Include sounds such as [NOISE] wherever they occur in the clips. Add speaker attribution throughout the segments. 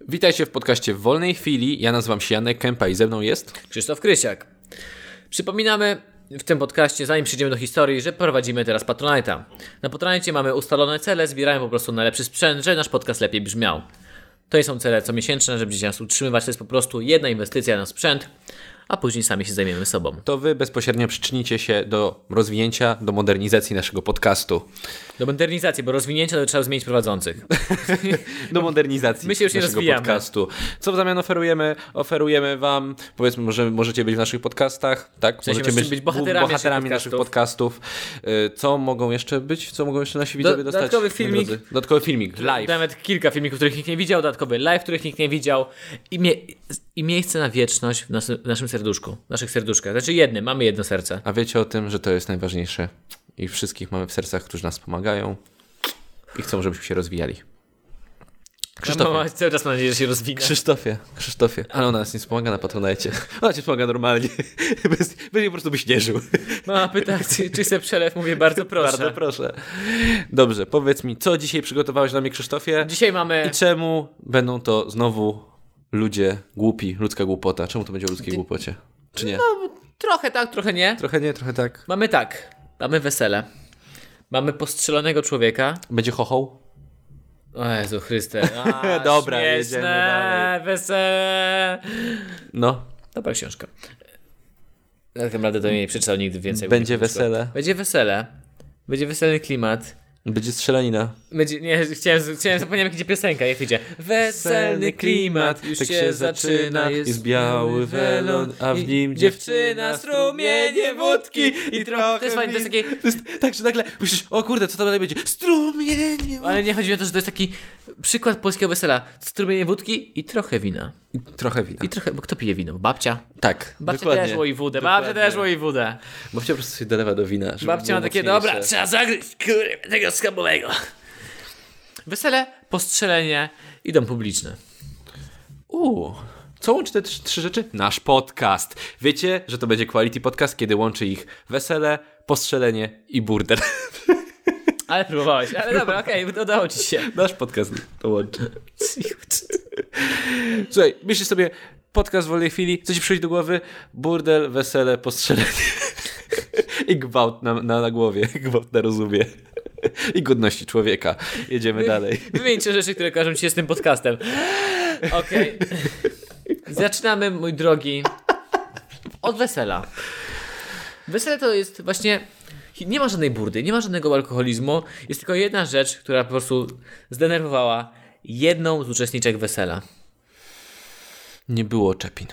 Speaker 1: Witajcie w podcaście w wolnej chwili. Ja nazywam się Janek Kępa i ze mną jest.
Speaker 2: Krzysztof Krysiak. Przypominamy w tym podcaście, zanim przejdziemy do historii, że prowadzimy teraz Patronite'a. Na Patronite mamy ustalone cele, zbieramy po prostu najlepszy sprzęt, żeby nasz podcast lepiej brzmiał. To nie są cele comiesięczne, żeby się nas utrzymywać, to jest po prostu jedna inwestycja na sprzęt, a później sami się zajmiemy sobą.
Speaker 1: To wy bezpośrednio przyczynicie się do rozwinięcia, do modernizacji naszego podcastu.
Speaker 2: Do modernizacji, bo rozwinięcia to trzeba zmienić prowadzących.
Speaker 1: Do modernizacji
Speaker 2: My się już nie
Speaker 1: naszego
Speaker 2: rozwijamy.
Speaker 1: podcastu. Co w zamian oferujemy? Oferujemy wam, powiedzmy, może możecie być w naszych podcastach, tak?
Speaker 2: sensie
Speaker 1: możecie
Speaker 2: możecie być bohaterami naszych
Speaker 1: naszych podcastów. Y, Co mogą jeszcze być? Co mogą jeszcze nasi widzowie dostać?
Speaker 2: dodatkowy
Speaker 1: moi
Speaker 2: filmik.
Speaker 1: drodzy? Dodatkowy filmik, live.
Speaker 2: Nawet kilka filmików, których nikt nie widział, dodatkowy live, których nikt nie widział i, mie- i miejsce na wieczność w, naszym- w naszym serduszku, w naszych serduszkach. Znaczy jednym, mamy jedno serce.
Speaker 1: A wiecie o tym, że to jest najważniejsze i wszystkich mamy w sercach, którzy nas pomagają i chcą, żebyśmy się rozwijali.
Speaker 2: Krzysztof.
Speaker 1: Krzysztofie,
Speaker 2: cały czas mam nadzieję, że się
Speaker 1: [LAUGHS]
Speaker 2: rozwinie.
Speaker 1: Krzysztofie, Krzysztofie, ale ona nas nie wspomaga na Patronajcie. Ona cię wspomaga normalnie. [LAUGHS] Bez, bez niej po prostu byś nie żył.
Speaker 2: Mama pyta, [LAUGHS] czy, czy chce przelew? Mówię, bardzo proszę.
Speaker 1: Bardzo proszę. Dobrze, powiedz mi, co dzisiaj przygotowałeś dla mnie, Krzysztofie?
Speaker 2: Dzisiaj mamy...
Speaker 1: I czemu będą to znowu ludzie głupi, ludzka głupota? Czemu to będzie o ludzkiej głupocie? Czy nie?
Speaker 2: Trochę tak, trochę nie.
Speaker 1: No Trochę nie, trochę tak.
Speaker 2: Mamy tak. Mamy wesele. Mamy postrzelonego człowieka.
Speaker 1: Będzie chochoł?
Speaker 2: O Jezu
Speaker 1: [LAUGHS]
Speaker 2: Chryste. A,
Speaker 1: Dobra,
Speaker 2: śmieszne,
Speaker 1: jedziemy dalej.
Speaker 2: wesele.
Speaker 1: No.
Speaker 2: Dobra książka. Ja tak naprawdę to nie przeczytał nigdy więcej.
Speaker 1: Będzie
Speaker 2: Mówię, książko.
Speaker 1: wesele.
Speaker 2: Będzie wesele. Będzie weselny klimat.
Speaker 1: Będzie strzelanina.
Speaker 2: Będzie, nie, chciałem, chciałem zapomniałem, jak idzie piosenka, jak idzie. Weselny klimat, już
Speaker 1: Tak
Speaker 2: się, zaczyna,
Speaker 1: jest biały welon, a w nim dziewczyna strumienie wódki i trochę
Speaker 2: To jest fajne, to jest
Speaker 1: win.
Speaker 2: takie-
Speaker 1: To jest, tak, że nagle myślisz, o kurde, co tam dalej będzie? Strumienie wódki.
Speaker 2: Ale nie chodzi mi o to, że to jest taki przykład polskiego wesela. Strumienie wódki i trochę wina.
Speaker 1: Trochę wina.
Speaker 2: I trochę, bo kto pije wino? Babcia.
Speaker 1: Tak,
Speaker 2: Babcia
Speaker 1: dokładnie.
Speaker 2: też łoi wódę, babcia
Speaker 1: Dokładnie.
Speaker 2: też łoi wódę.
Speaker 1: Babcia po prostu się dolewa do wina, żeby
Speaker 2: Babcia
Speaker 1: było
Speaker 2: ma takie,
Speaker 1: mocniejsze.
Speaker 2: dobra, trzeba zagryźć, kurwa, tego skabowego. Wesele, postrzelenie i dom publiczny.
Speaker 1: Uuu. Co łączy te trzy, trzy rzeczy? Nasz podcast. Wiecie, że to będzie quality podcast, kiedy łączy ich wesele, postrzelenie i burdel.
Speaker 2: Ale próbowałeś, ale dobra, okej, udało ci się.
Speaker 1: Nasz podcast to łączy. Słuchaj, myślisz sobie, podcast w wolnej chwili, co ci przychodzi do głowy? Burdel, wesele, postrzelenie. I gwałt na, na, na głowie, [LAUGHS] gwałt na rozumie. I godności człowieka. Jedziemy dalej.
Speaker 2: Wymieńcie rzeczy, które kojarzą ci się z tym podcastem. Okej. Zaczynamy, mój drogi, od wesela. Wesele to jest właśnie... Nie ma żadnej burdy, nie ma żadnego alkoholizmu. Jest tylko jedna rzecz, która po prostu zdenerwowała jedną z uczestniczek wesela.
Speaker 1: Nie było czepin.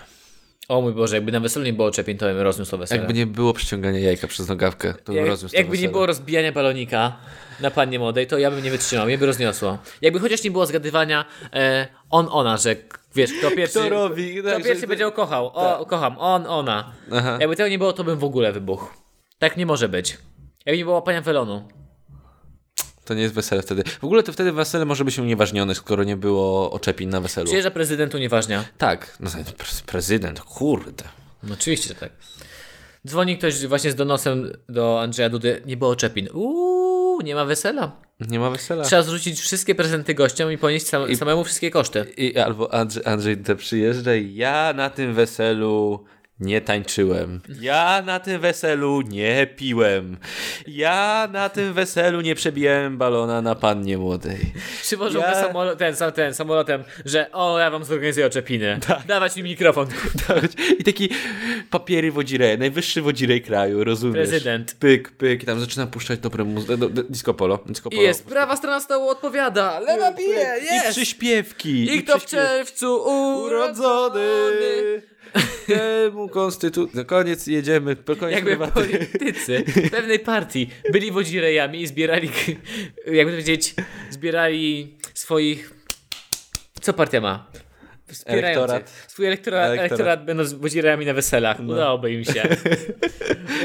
Speaker 2: O mój Boże, jakby na weselu nie było czepień, to bym rozniósł to wesele.
Speaker 1: Jakby nie było przeciągania jajka przez nogawkę, to bym
Speaker 2: Jak-
Speaker 1: rozniósł to
Speaker 2: jakby nie
Speaker 1: wesele.
Speaker 2: było rozbijania balonika na pannie młodej, to ja bym nie wytrzymał, mnie by rozniosło. Jakby chociaż nie było zgadywania e, on, ona, że k- wiesz, kto pierwszy,
Speaker 1: Kto robi?
Speaker 2: kto
Speaker 1: Tak, że-
Speaker 2: pierwszy będzie Tak. kochał, o, kocham, on, ona.
Speaker 1: Aha.
Speaker 2: Jakby tego nie było, to bym w ogóle wybuchł. Tak nie może być. Jakby nie było łapania welonu.
Speaker 1: To nie jest wesele wtedy. W ogóle to wtedy wesele może być unieważnione, skoro nie było oczepin na weselu.
Speaker 2: Przyjeżdża prezydent unieważnia.
Speaker 1: Tak, no, pre- prezydent, kurde.
Speaker 2: No, oczywiście, że tak. Dzwoni ktoś właśnie z donosem do Andrzeja Dudy, nie było czepin. Uuu, nie ma wesela.
Speaker 1: Nie ma wesela.
Speaker 2: Trzeba zrzucić wszystkie prezenty gościom i ponieść sam, samemu wszystkie koszty.
Speaker 1: I albo Andrzej, Andrzej te przyjeżdża i ja na tym weselu nie tańczyłem. Ja na tym weselu nie piłem. Ja na tym weselu nie przebijałem balona na pannie młodej. [LAUGHS]
Speaker 2: Przywożą
Speaker 1: Ja-
Speaker 2: go samolo- ten, sam- ten samolotem, że o, ja wam zorganizuję oczepiny.
Speaker 1: Tak.
Speaker 2: Dawać mi mikrofon.
Speaker 1: I taki papiery wodzirej, najwyższy wodzirej kraju, rozumiesz?
Speaker 2: Prezydent.
Speaker 1: Pyk, pyk, i tam zaczyna puszczać dobre muzykę. Do, do, disco polo. Disco
Speaker 2: I
Speaker 1: polo.
Speaker 2: jest, prawa strona stołu odpowiada, lewa bije,
Speaker 1: no. I
Speaker 2: jest!
Speaker 1: przyśpiewki.
Speaker 2: I kto w
Speaker 1: przyśpiew-
Speaker 2: czerwcu urodzony?
Speaker 1: urodzony temu konstytucji. No koniec, jedziemy. po Koniec
Speaker 2: Jakby
Speaker 1: prywaty.
Speaker 2: politycy pewnej partii byli wodzirejami i zbierali, [LAUGHS] jakby to powiedzieć, zbierali swoich... Co partia ma? Wspierających.
Speaker 1: Elektorat.
Speaker 2: Swój elektorat,
Speaker 1: Elektorat. No.
Speaker 2: elektorat. będąc wodzirejami na weselach. Udałoby im
Speaker 1: [LAUGHS]
Speaker 2: się.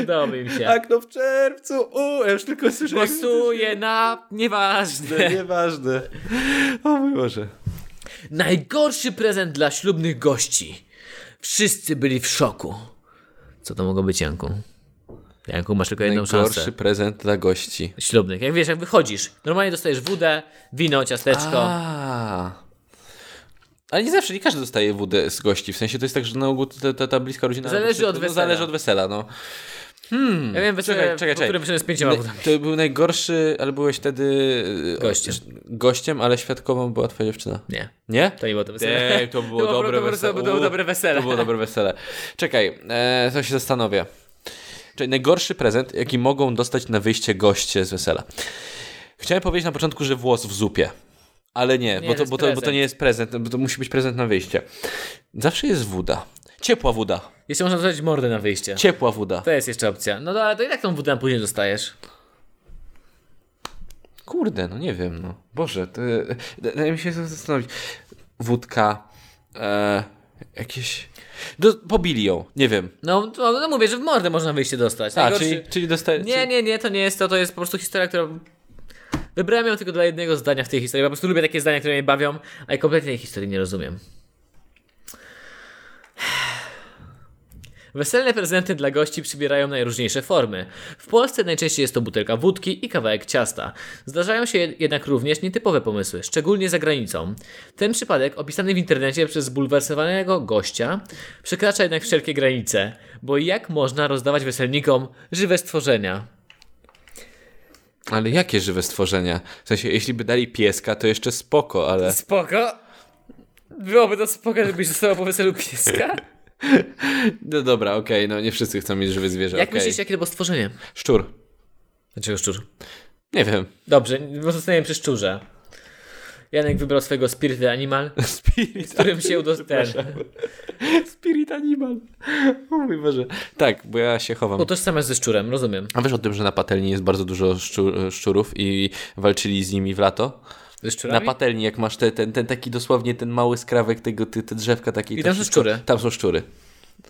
Speaker 2: Udałoby im się.
Speaker 1: A kto Tak, no w czerwcu? U, ja już tylko słyszę. jak-
Speaker 2: Głosuje na nieważne.
Speaker 1: Nieważne. O mój Boże.
Speaker 2: Najgorszy prezent dla ślubnych gości. Wszyscy byli w szoku. Co to mogło być, Janku? Janku, masz tylko jedną szansę.
Speaker 1: Najgorszy prezent dla gości.
Speaker 2: Ślubnych. Jak wiesz, jak wychodzisz, normalnie dostajesz wódę, wino, ciasteczko.
Speaker 1: A. Ale nie zawsze, nie każdy dostaje WD z gości. W sensie to jest tak, że na ogół ta, ta, ta bliska rodzina...
Speaker 2: Zależy od
Speaker 1: no,
Speaker 2: wesela.
Speaker 1: Zależy od wesela, no.
Speaker 2: Ja miałem wesele,
Speaker 1: Czekaj, czekaj,
Speaker 2: po którym przyszedłem z pięcioma
Speaker 1: Na-
Speaker 2: wódami.
Speaker 1: To był najgorszy, ale byłeś wtedy... e,
Speaker 2: Gościem.
Speaker 1: Gościem, ale świadkową była twoja dziewczyna.
Speaker 2: Nie,
Speaker 1: Nie?
Speaker 2: to nie było to wesele.
Speaker 1: Ej,
Speaker 2: [LAUGHS]
Speaker 1: to było
Speaker 2: To było
Speaker 1: dobre
Speaker 2: dobre-
Speaker 1: wesele.
Speaker 2: to było dobre wesele.
Speaker 1: To było dobre wesele. Czekaj, e, to się zastanowię. Czyli najgorszy prezent, jaki mogą dostać na wyjście goście z wesela. Chciałem powiedzieć na początku, że włos w zupie. Ale nie, bo,
Speaker 2: to
Speaker 1: to,
Speaker 2: jest
Speaker 1: bo, to, bo to
Speaker 2: prezent.
Speaker 1: nie jest prezent, bo to musi być prezent na wyjście. Zawsze jest woda. Ciepła woda.
Speaker 2: Jeszcze można dostać mordę na wyjście.
Speaker 1: Ciepła woda.
Speaker 2: To jest jeszcze opcja. No to, ale to i tak tą wódę później dostajesz.
Speaker 1: Kurde, no nie wiem, no. Boże, to, da- daje mi się zastanowić. Wódka, e, jakieś... Do, pobili ją, nie wiem.
Speaker 2: No, to, no mówię, że w mordę można wyjście dostać.
Speaker 1: A,
Speaker 2: Najgorszy-
Speaker 1: Tak, czyli, czyli dostaje...
Speaker 2: Nie, nie, nie, to nie jest to, to jest po prostu historia, którą... Wybrałem ją tylko dla jednego zdania w tej historii. Ja po prostu lubię takie zdania, które mnie bawią, a ja kompletnie tej historii nie rozumiem. Weselne prezenty dla gości przybierają najróżniejsze formy. W Polsce najczęściej jest to butelka wódki i kawałek ciasta. Zdarzają się jed- jednak również nietypowe pomysły, szczególnie za granicą. Ten przypadek, opisany w internecie przez zbulwersowanego gościa, przekracza jednak wszelkie granice, bo jak można rozdawać weselnikom żywe stworzenia?
Speaker 1: Ale jakie żywe stworzenia? W sensie, jeśli by dali pieska, to jeszcze spoko, ale...
Speaker 2: Spoko? Byłoby to spoko, żebyś została po weselu pieska?
Speaker 1: No dobra, okej, no nie wszyscy chcą mieć żywe zwierzę,
Speaker 2: Jak
Speaker 1: okej.
Speaker 2: myślisz, jakie to było stworzenie?
Speaker 1: Szczur.
Speaker 2: Dlaczego szczur?
Speaker 1: Nie wiem. [LAUGHS]
Speaker 2: Dobrze, zostaniemy przy szczurze. Janek wybrał swojego spirit animal,
Speaker 1: Spirit,
Speaker 2: którym się udostępnił.
Speaker 1: spirit animal. O mój Boże. Tak, bo ja się chowam.
Speaker 2: Bo tożsame ze szczurem, rozumiem.
Speaker 1: A wiesz o tym, że na patelni jest bardzo dużo szczur, szczurów i walczyli z nimi w lato?
Speaker 2: Ze
Speaker 1: Na
Speaker 2: szczurami?
Speaker 1: patelni, jak masz te, ten, ten taki dosłownie ten mały skrawek tego, te, te drzewka takie.
Speaker 2: I tam są szczury.
Speaker 1: Tam są szczury.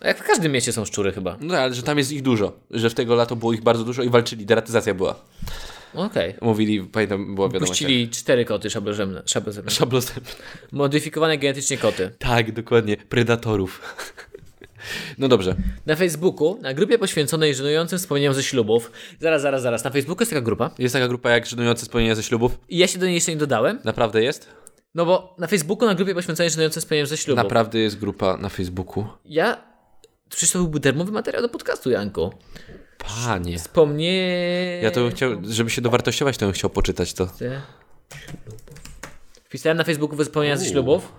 Speaker 2: Jak w każdym mieście są szczury chyba.
Speaker 1: No ale że tam jest ich dużo, że w tego lato było ich bardzo dużo i walczyli, deratyzacja była.
Speaker 2: Okej.
Speaker 1: Mówili, pamiętam, była wiadomość.
Speaker 2: Puścili cztery koty szablożemne. szablożemne.
Speaker 1: [LAUGHS] Szablostępne.
Speaker 2: Modyfikowane genetycznie koty.
Speaker 1: Tak, dokładnie, predatorów. No dobrze.
Speaker 2: Na Facebooku, na grupie poświęconej żenującym wspomnieniom ze ślubów. Zaraz, zaraz, zaraz. Na Facebooku jest taka grupa.
Speaker 1: Jest taka grupa jak żenujące spełnienia ze ślubów.
Speaker 2: I ja się do niej jeszcze nie dodałem.
Speaker 1: Naprawdę jest?
Speaker 2: No bo na Facebooku, na grupie poświęconej żenującym wspomnieniom ze ślubów.
Speaker 1: Naprawdę jest grupa na Facebooku.
Speaker 2: Ja... Przecież to byłby darmowy materiał do podcastu, Janku.
Speaker 1: Panie.
Speaker 2: Wspomnie...
Speaker 1: Ja to bym chciał, żeby się dowartościować, to bym chciał poczytać to.
Speaker 2: Ty. Wpisałem na Facebooku wspomnienia ze ślubów.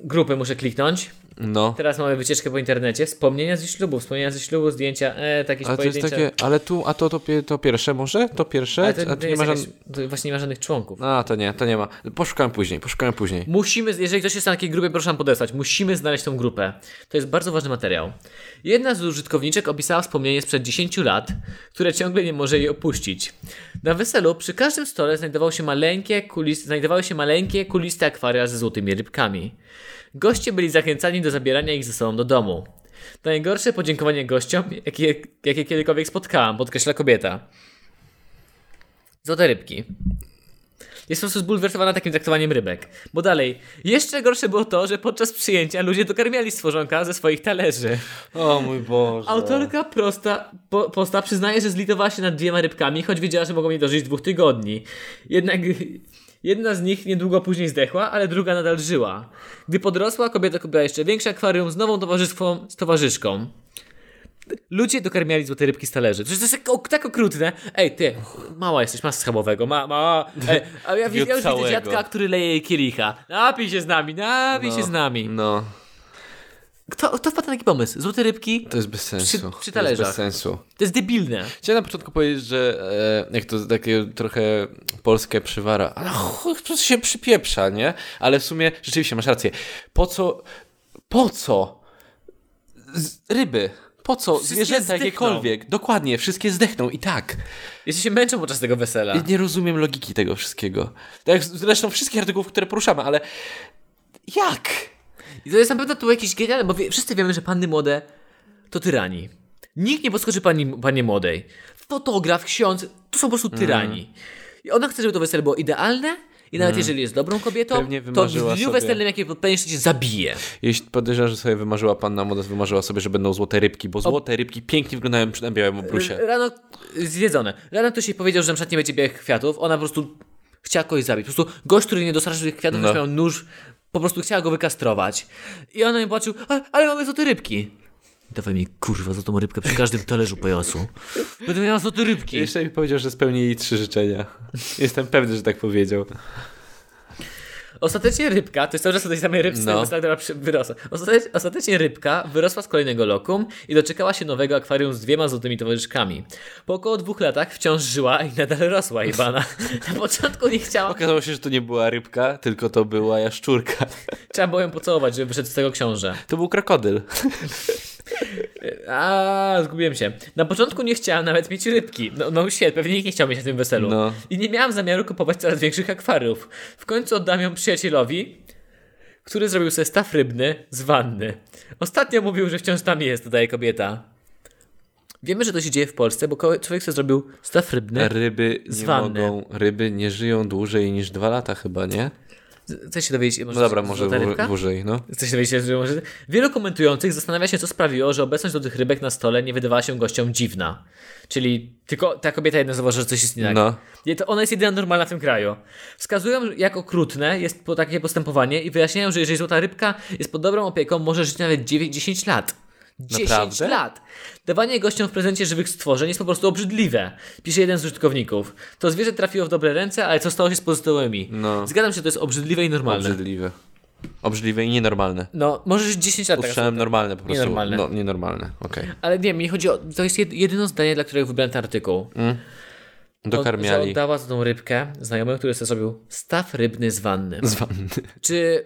Speaker 2: Grupy muszę kliknąć.
Speaker 1: No.
Speaker 2: Teraz mamy wycieczkę po internecie. Wspomnienia ze ślubu, wspomnienia ze ślubu, zdjęcia, e, takie
Speaker 1: Ale to jest
Speaker 2: pojedyncze.
Speaker 1: takie, ale tu, a to, to, pie- to pierwsze może? To pierwsze?
Speaker 2: Ale
Speaker 1: A
Speaker 2: to, to,
Speaker 1: tu nie
Speaker 2: jest
Speaker 1: ma
Speaker 2: jakaś,
Speaker 1: żadnych...
Speaker 2: to właśnie nie ma żadnych członków.
Speaker 1: A, to nie, to nie ma. Poszukałem później, poszukałem później.
Speaker 2: Musimy, jeżeli ktoś jest na takiej grupie, proszę nam podesłać. Musimy znaleźć tą grupę. To jest bardzo ważny materiał. Jedna z użytkowniczek opisała wspomnienie sprzed 10 lat, które ciągle nie może jej opuścić. Na weselu przy każdym stole znajdował się maleńkie kulis, znajdowały się maleńkie kuliste akwaria ze złotymi rybkami. Goście byli zachęcani do zabierania ich ze sobą do domu. To najgorsze podziękowanie gościom, jakie, jakie kiedykolwiek spotkałam, podkreśla kobieta. Złote rybki. Jest po prostu zbulwersowana takim traktowaniem rybek. Bo dalej, jeszcze gorsze było to, że podczas przyjęcia ludzie dokarmiali stworzonka ze swoich talerzy.
Speaker 1: O mój Boże.
Speaker 2: Autorka prosta, po, posta przyznaje, że zlitowała się nad dwiema rybkami, choć wiedziała, że mogą nie dożyć dwóch tygodni. Jednak [LAUGHS] jedna z nich niedługo później zdechła, ale druga nadal żyła. Gdy podrosła, kobieta kupiła jeszcze większe akwarium z nową towarzystwą, z towarzyszką. Ludzie dokarmiali złote rybki z talerzy. Przecież to jest tak, ok- tak okrutne. Ej, ty, mała jesteś, masz schabowego, ma, ma. Ej, a ja, wi- ja już
Speaker 1: Całego.
Speaker 2: widzę dziadka, który leje jej kielicha. Napij się z nami, napij się z nami.
Speaker 1: No,
Speaker 2: Kto, kto wpadł na taki pomysł? Złote rybki?
Speaker 1: to jest bez sensu.
Speaker 2: Przy- przy
Speaker 1: to jest bez
Speaker 2: talerzach.
Speaker 1: sensu.
Speaker 2: To jest debilne.
Speaker 1: Chciałem na początku powiedzieć, że e, jak to takie trochę polskie przywara, ale chuj, po prostu się przypieprza, nie? Ale w sumie rzeczywiście masz rację. Po co, po co Z, ryby, po co
Speaker 2: Wszystkie
Speaker 1: zwierzęta
Speaker 2: zdechną.
Speaker 1: jakiekolwiek? Dokładnie, wszystkie zdechną i tak.
Speaker 2: Jeszcze się męczą podczas tego wesela.
Speaker 1: Ja nie rozumiem logiki tego wszystkiego. Tak jak zresztą wszystkich artykułów, które poruszamy, ale jak?
Speaker 2: I to jest na pewno tu jakiś genialny, bo wie, wszyscy wiemy, że panny młode to tyrani. Nikt nie podskoczy pani, pannie młodej. Fotograf, ksiądz, to są po prostu tyrani. I ona chce, żeby to wesele było idealne i nawet jeżeli jest dobrą kobietą,
Speaker 1: Pewnie
Speaker 2: to w
Speaker 1: wymarzyła
Speaker 2: dniu
Speaker 1: sobie-
Speaker 2: weselnym, jakie popełnisz, to cię zabije.
Speaker 1: Jeśli podejrzewam, że sobie wymarzyła panna moda, wymarzyła sobie, że będą złote rybki, bo złote rybki pięknie wyglądają przy na białym obrusie.
Speaker 2: Rano, zjedzone. Rano ktoś jej powiedział, że na przykład nie będzie białych kwiatów, ona po prostu chciała kogoś zabić. Po prostu gość, który nie dostarczył tych kwiatów,
Speaker 1: No.
Speaker 2: już miał nóż po prostu chciała go wykastrować. I ona mi płaczył, "A- ale mamy złote rybki. Dawaj mi kurwa złotą rybkę przy każdym talerzu pajacu. Będę miała złote rybki.
Speaker 1: Jeszcze mi powiedział, że spełni jej trzy życzenia. [LAUGHS] Jestem pewny, że tak powiedział.
Speaker 2: Ostatecznie rybka, to jest cały czas o tej samej rybce,
Speaker 1: No.
Speaker 2: no. która przy- wyrosła. Ostatecznie, ostatecznie rybka wyrosła z kolejnego lokum i doczekała się nowego akwarium z dwiema złotymi towarzyszkami. Po około dwóch latach wciąż żyła i nadal rosła jebana. [LAUGHS] Na początku nie chciała,
Speaker 1: Okazało się, że to nie była rybka, tylko to była jaszczurka.
Speaker 2: trzeba było ją pocałować, żeby wyszedł z tego książę.
Speaker 1: [LAUGHS] To był krokodyl.
Speaker 2: A, zgubiłem się. Na początku nie chciałam nawet mieć rybki. No, no shit, pewnie nikt nie chciał mieć na tym weselu.
Speaker 1: No.
Speaker 2: I nie miałam zamiaru kupować coraz większych akwariów. W końcu oddam ją przyjacielowi, który zrobił sobie staw rybny z wanny. Ostatnio mówił, że wciąż tam jest, dodaje kobieta. Wiemy, że to się dzieje w Polsce, bo ko- człowiek sobie zrobił staw rybny.
Speaker 1: Ryby nie
Speaker 2: Z wanny.
Speaker 1: mogą, ryby nie żyją dłużej niż dwa lata chyba, nie?
Speaker 2: Chcesz się dowiedzieć, może
Speaker 1: No dobra, może
Speaker 2: złota
Speaker 1: dłu-
Speaker 2: rybka?
Speaker 1: dłużej, no.
Speaker 2: Chcesz się dowiedzieć, że może... Wielu komentujących zastanawia się, co sprawiło, że obecność złotych rybek na stole nie wydawała się gościom dziwna. Czyli tylko ta kobieta jedna zauważyła, że coś jest nie tak.
Speaker 1: No.
Speaker 2: Nie, to ona jest jedyna normalna w tym kraju. Wskazują, jak okrutne jest po- takie postępowanie i wyjaśniają, że jeżeli złota rybka jest pod dobrą opieką, może żyć nawet 9, 10 lat. 10
Speaker 1: Naprawdę?
Speaker 2: lat! Dawanie gościom w prezencie żywych stworzeń jest po prostu obrzydliwe, pisze jeden z użytkowników. To zwierzę trafiło w dobre ręce, ale co stało się z pozostałymi?
Speaker 1: No.
Speaker 2: Zgadzam się, to jest obrzydliwe i normalne.
Speaker 1: Obrzydliwe. Obrzydliwe i nienormalne.
Speaker 2: No, może żyć 10 lat, tak,
Speaker 1: Usłyszałem normalne po prostu.
Speaker 2: Nienormalne.
Speaker 1: No, nienormalne, okej.
Speaker 2: ale nie, mi chodzi o. To jest jed- jedyne zdanie, dla którego wybrałem ten artykuł.
Speaker 1: Mm.
Speaker 2: Że
Speaker 1: Dokarmiali
Speaker 2: oddała tą rybkę znajomym, który sobie zrobił staw rybny z wanny.
Speaker 1: z wanny.
Speaker 2: Czy.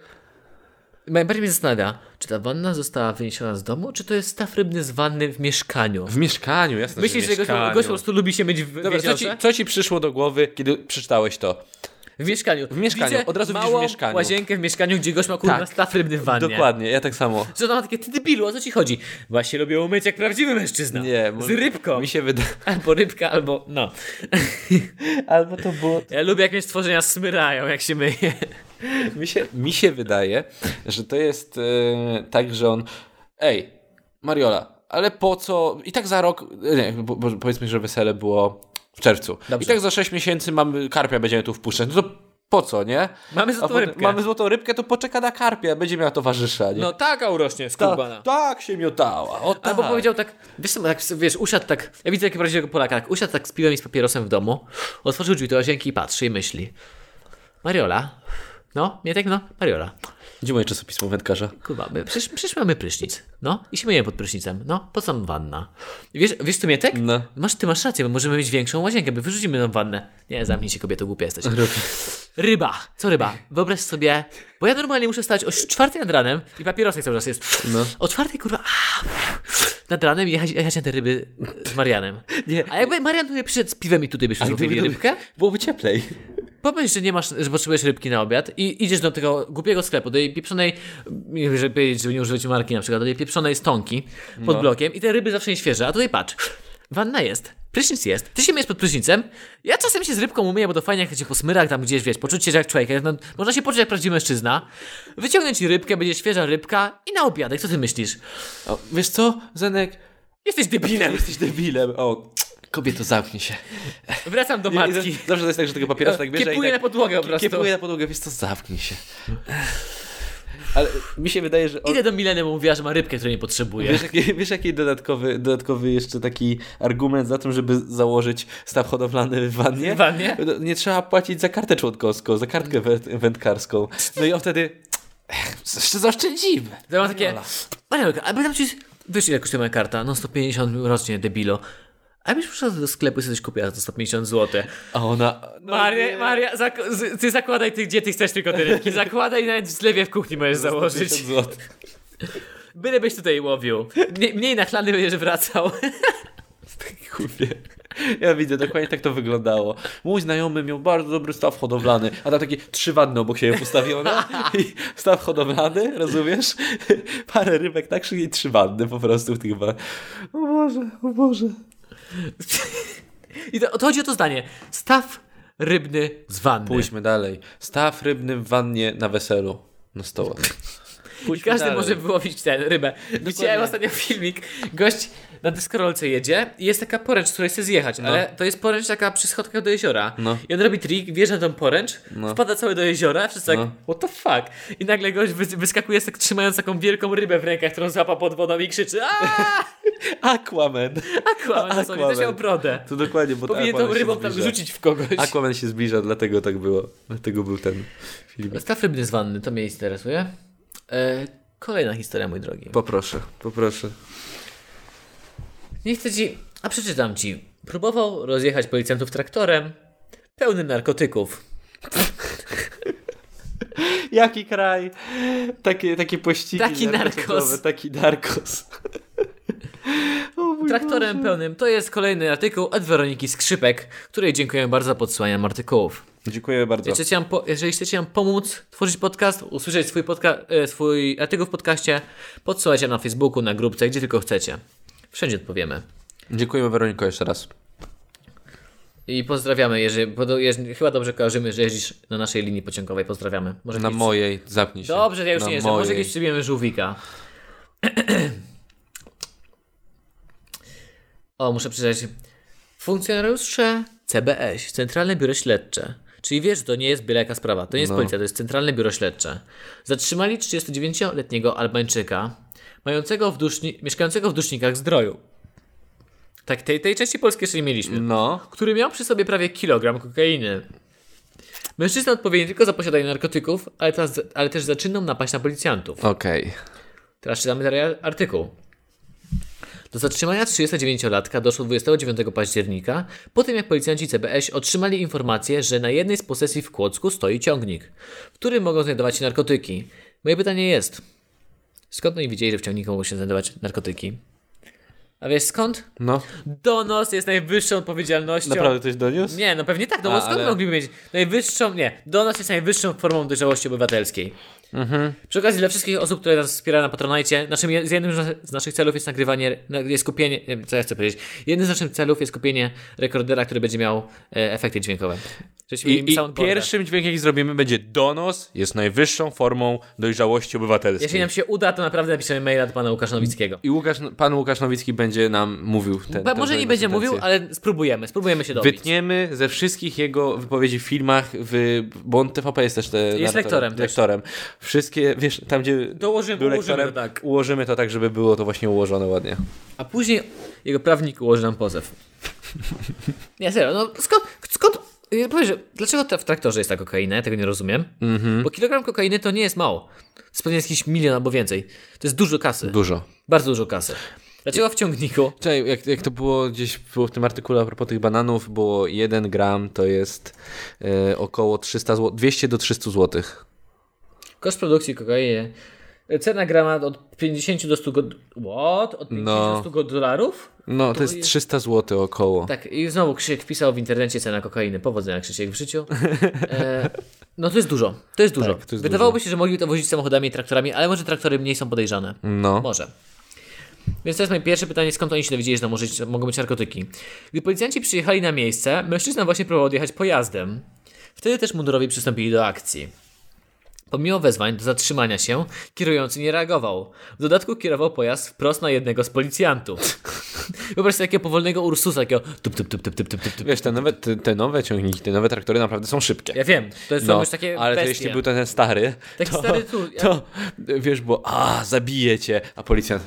Speaker 2: Najbardziej mnie zastanawia, czy ta wanna została wyniesiona z domu, czy to jest staw rybny z wanny w mieszkaniu?
Speaker 1: W mieszkaniu, jasne,
Speaker 2: Myślisz,
Speaker 1: w
Speaker 2: że gość,
Speaker 1: mieszkaniu.
Speaker 2: gość po prostu lubi się myć w,
Speaker 1: Dobra,
Speaker 2: Dobra,
Speaker 1: co ci, co ci przyszło do głowy, kiedy przeczytałeś to?
Speaker 2: w mieszkaniu? W
Speaker 1: mieszkaniu, od razu widzisz w
Speaker 2: małą
Speaker 1: mieszkaniu.
Speaker 2: łazienkę w mieszkaniu, gdzie gość ma kurwa
Speaker 1: Tak.
Speaker 2: staw rybny w wannie.
Speaker 1: Dokładnie, ja tak samo.
Speaker 2: Że ona ma takie, ty debilu, o co ci chodzi? Właśnie lubię umyć jak prawdziwy mężczyzna.
Speaker 1: Nie,
Speaker 2: Z
Speaker 1: może-
Speaker 2: rybką.
Speaker 1: Mi się wydaje.
Speaker 2: Albo rybka, albo no.
Speaker 1: Albo to było.
Speaker 2: Ja lubię jak mnie stworzenia smyrają, jak się myje.
Speaker 1: [LAUGHS] Mi się, mi się wydaje, że to jest e, tak, że on. Ej, Mariola, ale po co? I tak za rok. Nie, bo, bo powiedzmy, że wesele było w czerwcu.
Speaker 2: Dobrze.
Speaker 1: I tak za 6 miesięcy mamy karpia, będziemy tu wpuszczać. No to po co, nie?
Speaker 2: Mamy
Speaker 1: A
Speaker 2: złotą
Speaker 1: potem-
Speaker 2: rybkę.
Speaker 1: Mamy złotą rybkę, to poczeka na karpia, będzie miała towarzysza, nie?
Speaker 2: No tak, a urośnie,
Speaker 1: Ta-
Speaker 2: skubana.
Speaker 1: tak się miotała. O, tak.
Speaker 2: Albo powiedział tak, wiesz, co, tak, wiesz, usiadł tak, ja widzę takiego prawdziwego Polaka, tak, usiadł tak z piwem i z papierosem w domu, otworzył drzwi do łazienki i patrzy i myśli. Mariola? No, nie tak, no, Mariola.
Speaker 1: Gdzie moje czasopismo wędkarza?
Speaker 2: Kurwa, my, przecież, przecież mamy prysznic, no, i się myjemy pod prysznicem, no, po co nam wanna? I Wiesz, wiesz co, Mietek?
Speaker 1: No.
Speaker 2: Masz, ty masz rację, bo możemy mieć większą łazienkę, my wyrzucimy nam wannę. Nie, zamknij się, kobieto, głupia jesteś. Ryba, co ryba? Wyobraź sobie, bo ja normalnie muszę stać o czwartej nad ranem i papierosek cały czas jest.
Speaker 1: No.
Speaker 2: O czwartej, kurwa, a, nad ranem i jechać, jechać na te ryby z Marianem.
Speaker 1: Nie.
Speaker 2: A jakby Marian tutaj przyszedł z piwem i tutaj byśmy zrobili rybkę?
Speaker 1: Byłoby cieplej.
Speaker 2: Pomyśl, że nie masz, że potrzebujesz rybki na obiad i idziesz do tego głupiego sklepu, do tej pieprzonej, żeby powiedzieć, żeby nie używać marki na przykład, do tej pieprzonej stonki pod
Speaker 1: No.
Speaker 2: blokiem i te ryby zawsze nieświeże, a tutaj patrz, wanna jest, prysznic jest, ty się myjesz pod prysznicem, ja czasem się z rybką umyję, bo to fajnie jak się po smyrach tam gdzieś, wiesz, poczuć się jak człowiek, jak- no, można się poczuć jak prawdziwy mężczyzna, wyciągnąć rybkę, będzie świeża rybka i na obiadek, co ty myślisz?
Speaker 1: O, wiesz co, Zenek?
Speaker 2: Jesteś
Speaker 1: [LAUGHS]
Speaker 2: debilem!
Speaker 1: Jesteś debilem. O, kobieto, zamknij się.
Speaker 2: Wracam do
Speaker 1: I
Speaker 2: matki.
Speaker 1: zawsze- Zawsze to jest tak, że tego papierosa tak bierze
Speaker 2: Kiepuje
Speaker 1: i
Speaker 2: na
Speaker 1: tak,
Speaker 2: podłogę po prostu.
Speaker 1: kiepuje na podłogę, wiesz co, zamknij się. Ale mi się wydaje, że on...
Speaker 2: Idę do Mileny, bo mówiła, że ma rybkę, której nie potrzebuje.
Speaker 1: Wiesz, jaki, wiesz jaki dodatkowy, dodatkowy jeszcze taki argument za tym, żeby założyć staw hodowlany w wannie?
Speaker 2: W wannie?
Speaker 1: No, Nie trzeba płacić za kartę członkowską, za kartkę wę- wędkarską. No i on wtedy... Ech, Jeszcze zaoszczędzimy.
Speaker 2: To mam takie.
Speaker 1: Ola.
Speaker 2: Mariolka, a tam ci. Wiesz, ile kosztuje moja karta? No 150 rocznie, debilo. A byś przyszła do sklepu i sobie coś kupiła za 150 zł.
Speaker 1: A ona... No nie.
Speaker 2: Maria, Maria zak- z- ty zakładaj ty, gdzie ty chcesz tylko te rybki. Zakładaj nawet w zlewie w kuchni możesz założyć.
Speaker 1: 150 złotych.
Speaker 2: Bylebyś tutaj łowił. Mniej, mniej nachlany będziesz wracał. [LAUGHS]
Speaker 1: Kupię. Ja widzę, dokładnie tak to wyglądało. Mój znajomy miał bardzo dobry staw hodowlany, a tam takie trzy wanny obok siebie postawione i staw hodowlany, rozumiesz? Parę rybek tak i trzy wanny po prostu w tych wa- O Boże, o Boże.
Speaker 2: I to, to chodzi o to zdanie. Staw rybny z wanny.
Speaker 1: Pójdźmy dalej. Staw rybny w wannie na weselu. Na stołach.
Speaker 2: I każdy
Speaker 1: dalej.
Speaker 2: może wyłowić ten rybę. Widziałem ostatnio filmik. Gość na deskorolce jedzie i jest taka poręcz, z której chce zjechać, ale to jest poręcz taka przy schodkach do jeziora.
Speaker 1: No.
Speaker 2: I on robi trik, wjeżdża na tą poręcz,
Speaker 1: No.
Speaker 2: wpada cały do jeziora, wszyscy tak,
Speaker 1: No.
Speaker 2: what the fuck? I nagle gość wys- wyskakuje tak, trzymając taką wielką rybę w rękach, którą złapa pod wodą i
Speaker 1: [LAUGHS]
Speaker 2: krzyczy aaa,
Speaker 1: Aquaman.
Speaker 2: Aquaman na sobie, też
Speaker 1: Aquaman.
Speaker 2: miał brodę.
Speaker 1: To dokładnie, Tak, bo
Speaker 2: Powinien tą
Speaker 1: Aquaman się
Speaker 2: rybą tam
Speaker 1: zbliża.
Speaker 2: rzucić w kogoś.
Speaker 1: Aquaman się zbliża, dlatego tak było. Dlatego był ten film.
Speaker 2: Staw rybny z wanny, to mnie interesuje. E, kolejna historia, mój drogi.
Speaker 1: Poproszę, poproszę.
Speaker 2: Nie chcę ci. A przeczytam ci. Próbował rozjechać policjantów traktorem pełnym narkotyków.
Speaker 1: Jaki kraj? Takie, takie pościgi.
Speaker 2: Taki
Speaker 1: narkotykowe,
Speaker 2: narkos.
Speaker 1: Taki narkos. [LAUGHS] O mój
Speaker 2: Traktorem
Speaker 1: Boże.
Speaker 2: pełnym to jest kolejny artykuł od Weroniki Skrzypek, której dziękuję bardzo za podsłanie artykułów.
Speaker 1: Dziękuję bardzo.
Speaker 2: Jeżeli chcecie, nam po, jeżeli chcecie nam pomóc tworzyć podcast, usłyszeć swój, podca- e, swój artykuł w podcaście, podsyłajcie na Facebooku, na grupce, gdzie tylko chcecie. Wszędzie odpowiemy.
Speaker 1: Dziękujemy Weroniko jeszcze raz.
Speaker 2: I pozdrawiamy, jeżeli, podo- jeżeli chyba dobrze kojarzymy, że jeździsz na naszej linii pociągowej. Pozdrawiamy. Może
Speaker 1: Na
Speaker 2: jakiś-
Speaker 1: mojej, zapnij się.
Speaker 2: Dobrze, ja już
Speaker 1: Na
Speaker 2: nie jeżdżę. Może
Speaker 1: mojej.
Speaker 2: kiedyś przybijemy żółwika. [CLEARS THROAT] o, muszę przeczytać. Funkcjonariusze CBŚ, Centralne Biuro Śledcze. Czyli wiesz, że to nie jest byle jaka sprawa. To nie jest
Speaker 1: No.
Speaker 2: policja, to jest Centralne Biuro Śledcze. Zatrzymali 39-letniego Albańczyka, mającego w duszni- mieszkającego w dusznikach zdroju. Tak, tej, tej części polskiej jeszcze nie mieliśmy
Speaker 1: No.
Speaker 2: który miał przy sobie prawie kilogram kokainy. Mężczyzna odpowiedni tylko za posiadanie narkotyków, ale, teraz, ale też za czynną napaść na policjantów.
Speaker 1: Okej.
Speaker 2: Teraz czytamy dalej artykuł. Do zatrzymania 39-latka doszło 29 października, po tym jak policjanci CBŚ otrzymali informację, że na jednej z posesji w Kłodzku stoi ciągnik, w którym mogą znajdować się narkotyki. Moje pytanie jest, skąd oni widzieli, że w ciągniku mogą się znajdować narkotyki? A wiesz skąd?
Speaker 1: No.
Speaker 2: Donos jest najwyższą odpowiedzialnością.
Speaker 1: Naprawdę ktoś doniósł?
Speaker 2: Nie, no pewnie tak, no
Speaker 1: A,
Speaker 2: bo skąd
Speaker 1: ale-
Speaker 2: mogliby mieć najwyższą, nie, do nas jest najwyższą formą dojrzałości obywatelskiej.
Speaker 1: Mhm.
Speaker 2: Przy okazji dla wszystkich osób, które nas wspiera na Patronajcie, naszym, je- z jednym z nas- z naszych celów jest nagrywanie, na- jest kupienie, nie, co ja chcę powiedzieć, jednym z naszych celów jest kupienie rekordera, który będzie miał e, efekty dźwiękowe. Żeśmy mieli
Speaker 1: I, i
Speaker 2: soundboarda.
Speaker 1: pierwszym dźwiękiem, jaki zrobimy, będzie donos jest najwyższą formą dojrzałości obywatelskiej.
Speaker 2: Jeśli nam się uda, to naprawdę napiszemy maila do pana Łukasza Nowickiego.
Speaker 1: I Łukasz, pan Łukasz Nowicki będzie nam mówił ten,
Speaker 2: Pa-
Speaker 1: tę
Speaker 2: Może nie
Speaker 1: słynną
Speaker 2: będzie
Speaker 1: sentencję.
Speaker 2: mówił, ale spróbujemy, spróbujemy się dobić.
Speaker 1: Wytniemy ze wszystkich jego wypowiedzi w filmach, w, bo on TVP jest też te, narrator-
Speaker 2: lektorem też.
Speaker 1: lektorem. Wszystkie, wiesz, tam gdzie
Speaker 2: Dołożymy-
Speaker 1: był
Speaker 2: ułożymy
Speaker 1: lektorem,
Speaker 2: to tak.
Speaker 1: ułożymy to tak, żeby było to właśnie ułożone ładnie.
Speaker 2: A później jego prawnik ułoży nam [LAUGHS] pozew. Nie, serio, no skąd, skąd ja powiem, że dlaczego ta w traktorze jest ta kokaina? Ja tego nie rozumiem. Bo kilogram kokainy to nie jest mało. To jest pewnie jakiś milion albo więcej. To jest dużo kasy.
Speaker 1: Dużo.
Speaker 2: Bardzo dużo kasy. Dlaczego w ciągniku?
Speaker 1: Czekaj, jak, jak to było gdzieś było w tym artykule a propos tych bananów, było 1 gram to jest e, około 300 zł, 200 do 300 zł.
Speaker 2: Koszt produkcji kokainy. Cena grama od 50 do 100 go... What? Od 50
Speaker 1: No.
Speaker 2: do 100 go dolarów?
Speaker 1: No, to, jest, 300 zł około.
Speaker 2: Tak, i znowu Krzysiek pisał w internecie cena kokainy. Powodzenia Krzysiek w życiu. E, no to jest dużo, to jest dużo.
Speaker 1: Tak, to jest
Speaker 2: Wydawałoby się, że mogli to wozić samochodami i traktorami, ale może traktory mniej są podejrzane.
Speaker 1: No.
Speaker 2: Może. Więc to jest moje pierwsze pytanie, skąd oni się dowiedzieli, że tam może, mogą być narkotyki. Gdy policjanci przyjechali na miejsce, mężczyzna właśnie próbował odjechać pojazdem. Wtedy też mundurowi przystąpili do akcji. Pomimo wezwań do zatrzymania się, kierujący nie reagował. W dodatku kierował pojazd wprost na jednego z
Speaker 1: [LAUGHS]
Speaker 2: policjantów. Wyobraź sobie takiego powolnego Ursusa, takiego tup, tup, tup, tup, tup, tup, tup.
Speaker 1: Wiesz, te nowe, te, te nowe ciągniki, te nowe traktory naprawdę są szybkie.
Speaker 2: Ja wiem, to jest no, już takie
Speaker 1: ale to
Speaker 2: bestie. Tak,
Speaker 1: jeśli był ten, ten stary,
Speaker 2: Taki
Speaker 1: to,
Speaker 2: stary tu- ja-
Speaker 1: to wiesz, bo a, zabije cię, a policjant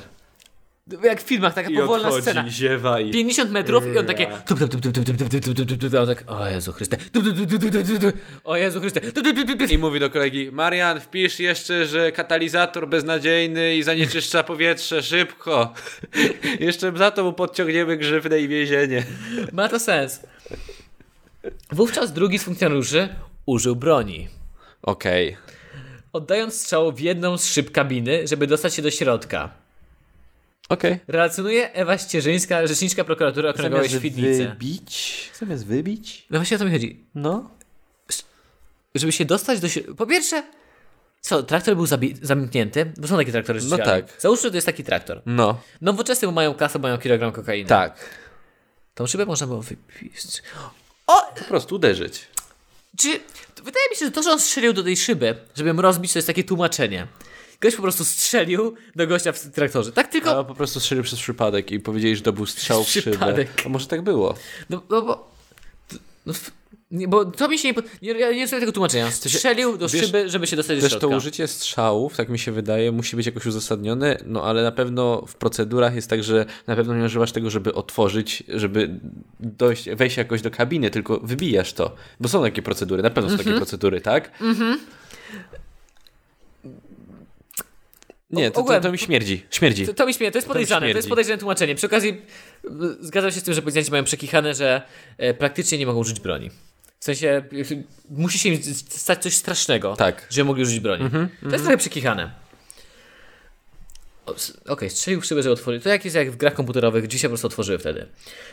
Speaker 2: Jak w filmach, taka
Speaker 1: i
Speaker 2: powolna
Speaker 1: odchodzi,
Speaker 2: scena.
Speaker 1: ziewa i...
Speaker 2: 50 metrów i on takie tup, tup, tup, tup, tup, tup, tup, tup, tup, tup, tup, tup, a on tak, o Jezu Chryste, tup, tup, tup, tup, tup, tup, tup, o Jezu Chryste, tup, tup, tup, tup, tup.
Speaker 1: I mówi do kolegi, Marian, wpisz jeszcze, że katalizator beznadziejny i zanieczyszcza powietrze szybko. [LAUGHS] jeszcze za to mu podciągniemy grzywnę i więzienie.
Speaker 2: ma to sens. Wówczas drugi z funkcjonariuszy użył broni.
Speaker 1: Okej.
Speaker 2: Oddając strzał w jedną z szyb kabiny, żeby dostać się do środka.
Speaker 1: Okej.
Speaker 2: Relacjonuje Ewa Ścieżyńska, rzeczniczka prokuratury okręgowej Świdnicy.
Speaker 1: wybić, zamiast wybić,
Speaker 2: No właśnie o to mi chodzi.
Speaker 1: no.
Speaker 2: Żeby się dostać do środka. Po pierwsze, co, traktor był zabi- zamknięty? Bo są takie traktory
Speaker 1: No
Speaker 2: rzeczywiście.
Speaker 1: tak.
Speaker 2: Załóżmy, że to jest taki traktor.
Speaker 1: No,
Speaker 2: Nowoczesne, bo mają kasę, bo mają kilogram kokainy.
Speaker 1: tak.
Speaker 2: Tą szybę można było wypić.
Speaker 1: Po prostu uderzyć.
Speaker 2: Czy. to Wydaje mi się, że to, że on strzelił do tej szyby, żeby ją rozbić, to jest takie tłumaczenie. Ktoś po prostu strzelił do gościa w traktorze. Tak tylko.
Speaker 1: A No, po prostu strzelił przez przypadek i powiedzieli, że to był strzał w szybę.
Speaker 2: Przypadek.
Speaker 1: A może tak było?
Speaker 2: No, no bo. No, f- nie, bo to mi się nie. pod- nie ja nie rozumiem tego tłumaczenia. Strzelił do
Speaker 1: wiesz-
Speaker 2: szyby, żeby się dostać do
Speaker 1: Też to
Speaker 2: środka.
Speaker 1: użycie strzałów, tak mi się wydaje, musi być jakoś uzasadnione, no ale na pewno w procedurach jest tak, że na pewno nie używasz tego, żeby otworzyć, żeby dojść, wejść jakoś do kabiny, tylko wybijasz to. Bo są takie procedury, na pewno są
Speaker 2: Mhm.
Speaker 1: takie procedury, tak? Nie, to, to,
Speaker 2: ogółem-
Speaker 1: to mi śmierdzi. Śmierdzi.
Speaker 2: To, to mi śmieje, to jest
Speaker 1: mi
Speaker 2: podejrzane, to,
Speaker 1: śmierdzi.
Speaker 2: jest podejrzane tłumaczenie. Przy okazji y, zgadzam się z tym, że policjanci mają przekichane, że e, praktycznie nie mogą użyć broni. W sensie y, musi się im z- stać coś strasznego,
Speaker 1: Tak.
Speaker 2: że mogli użyć broni. to jest trochę przekichane. O, s- Okej, strzelił w szybę, żeby otworzyć. To jak jest jak w grach komputerowych, gdzie się po prostu otworzyły wtedy.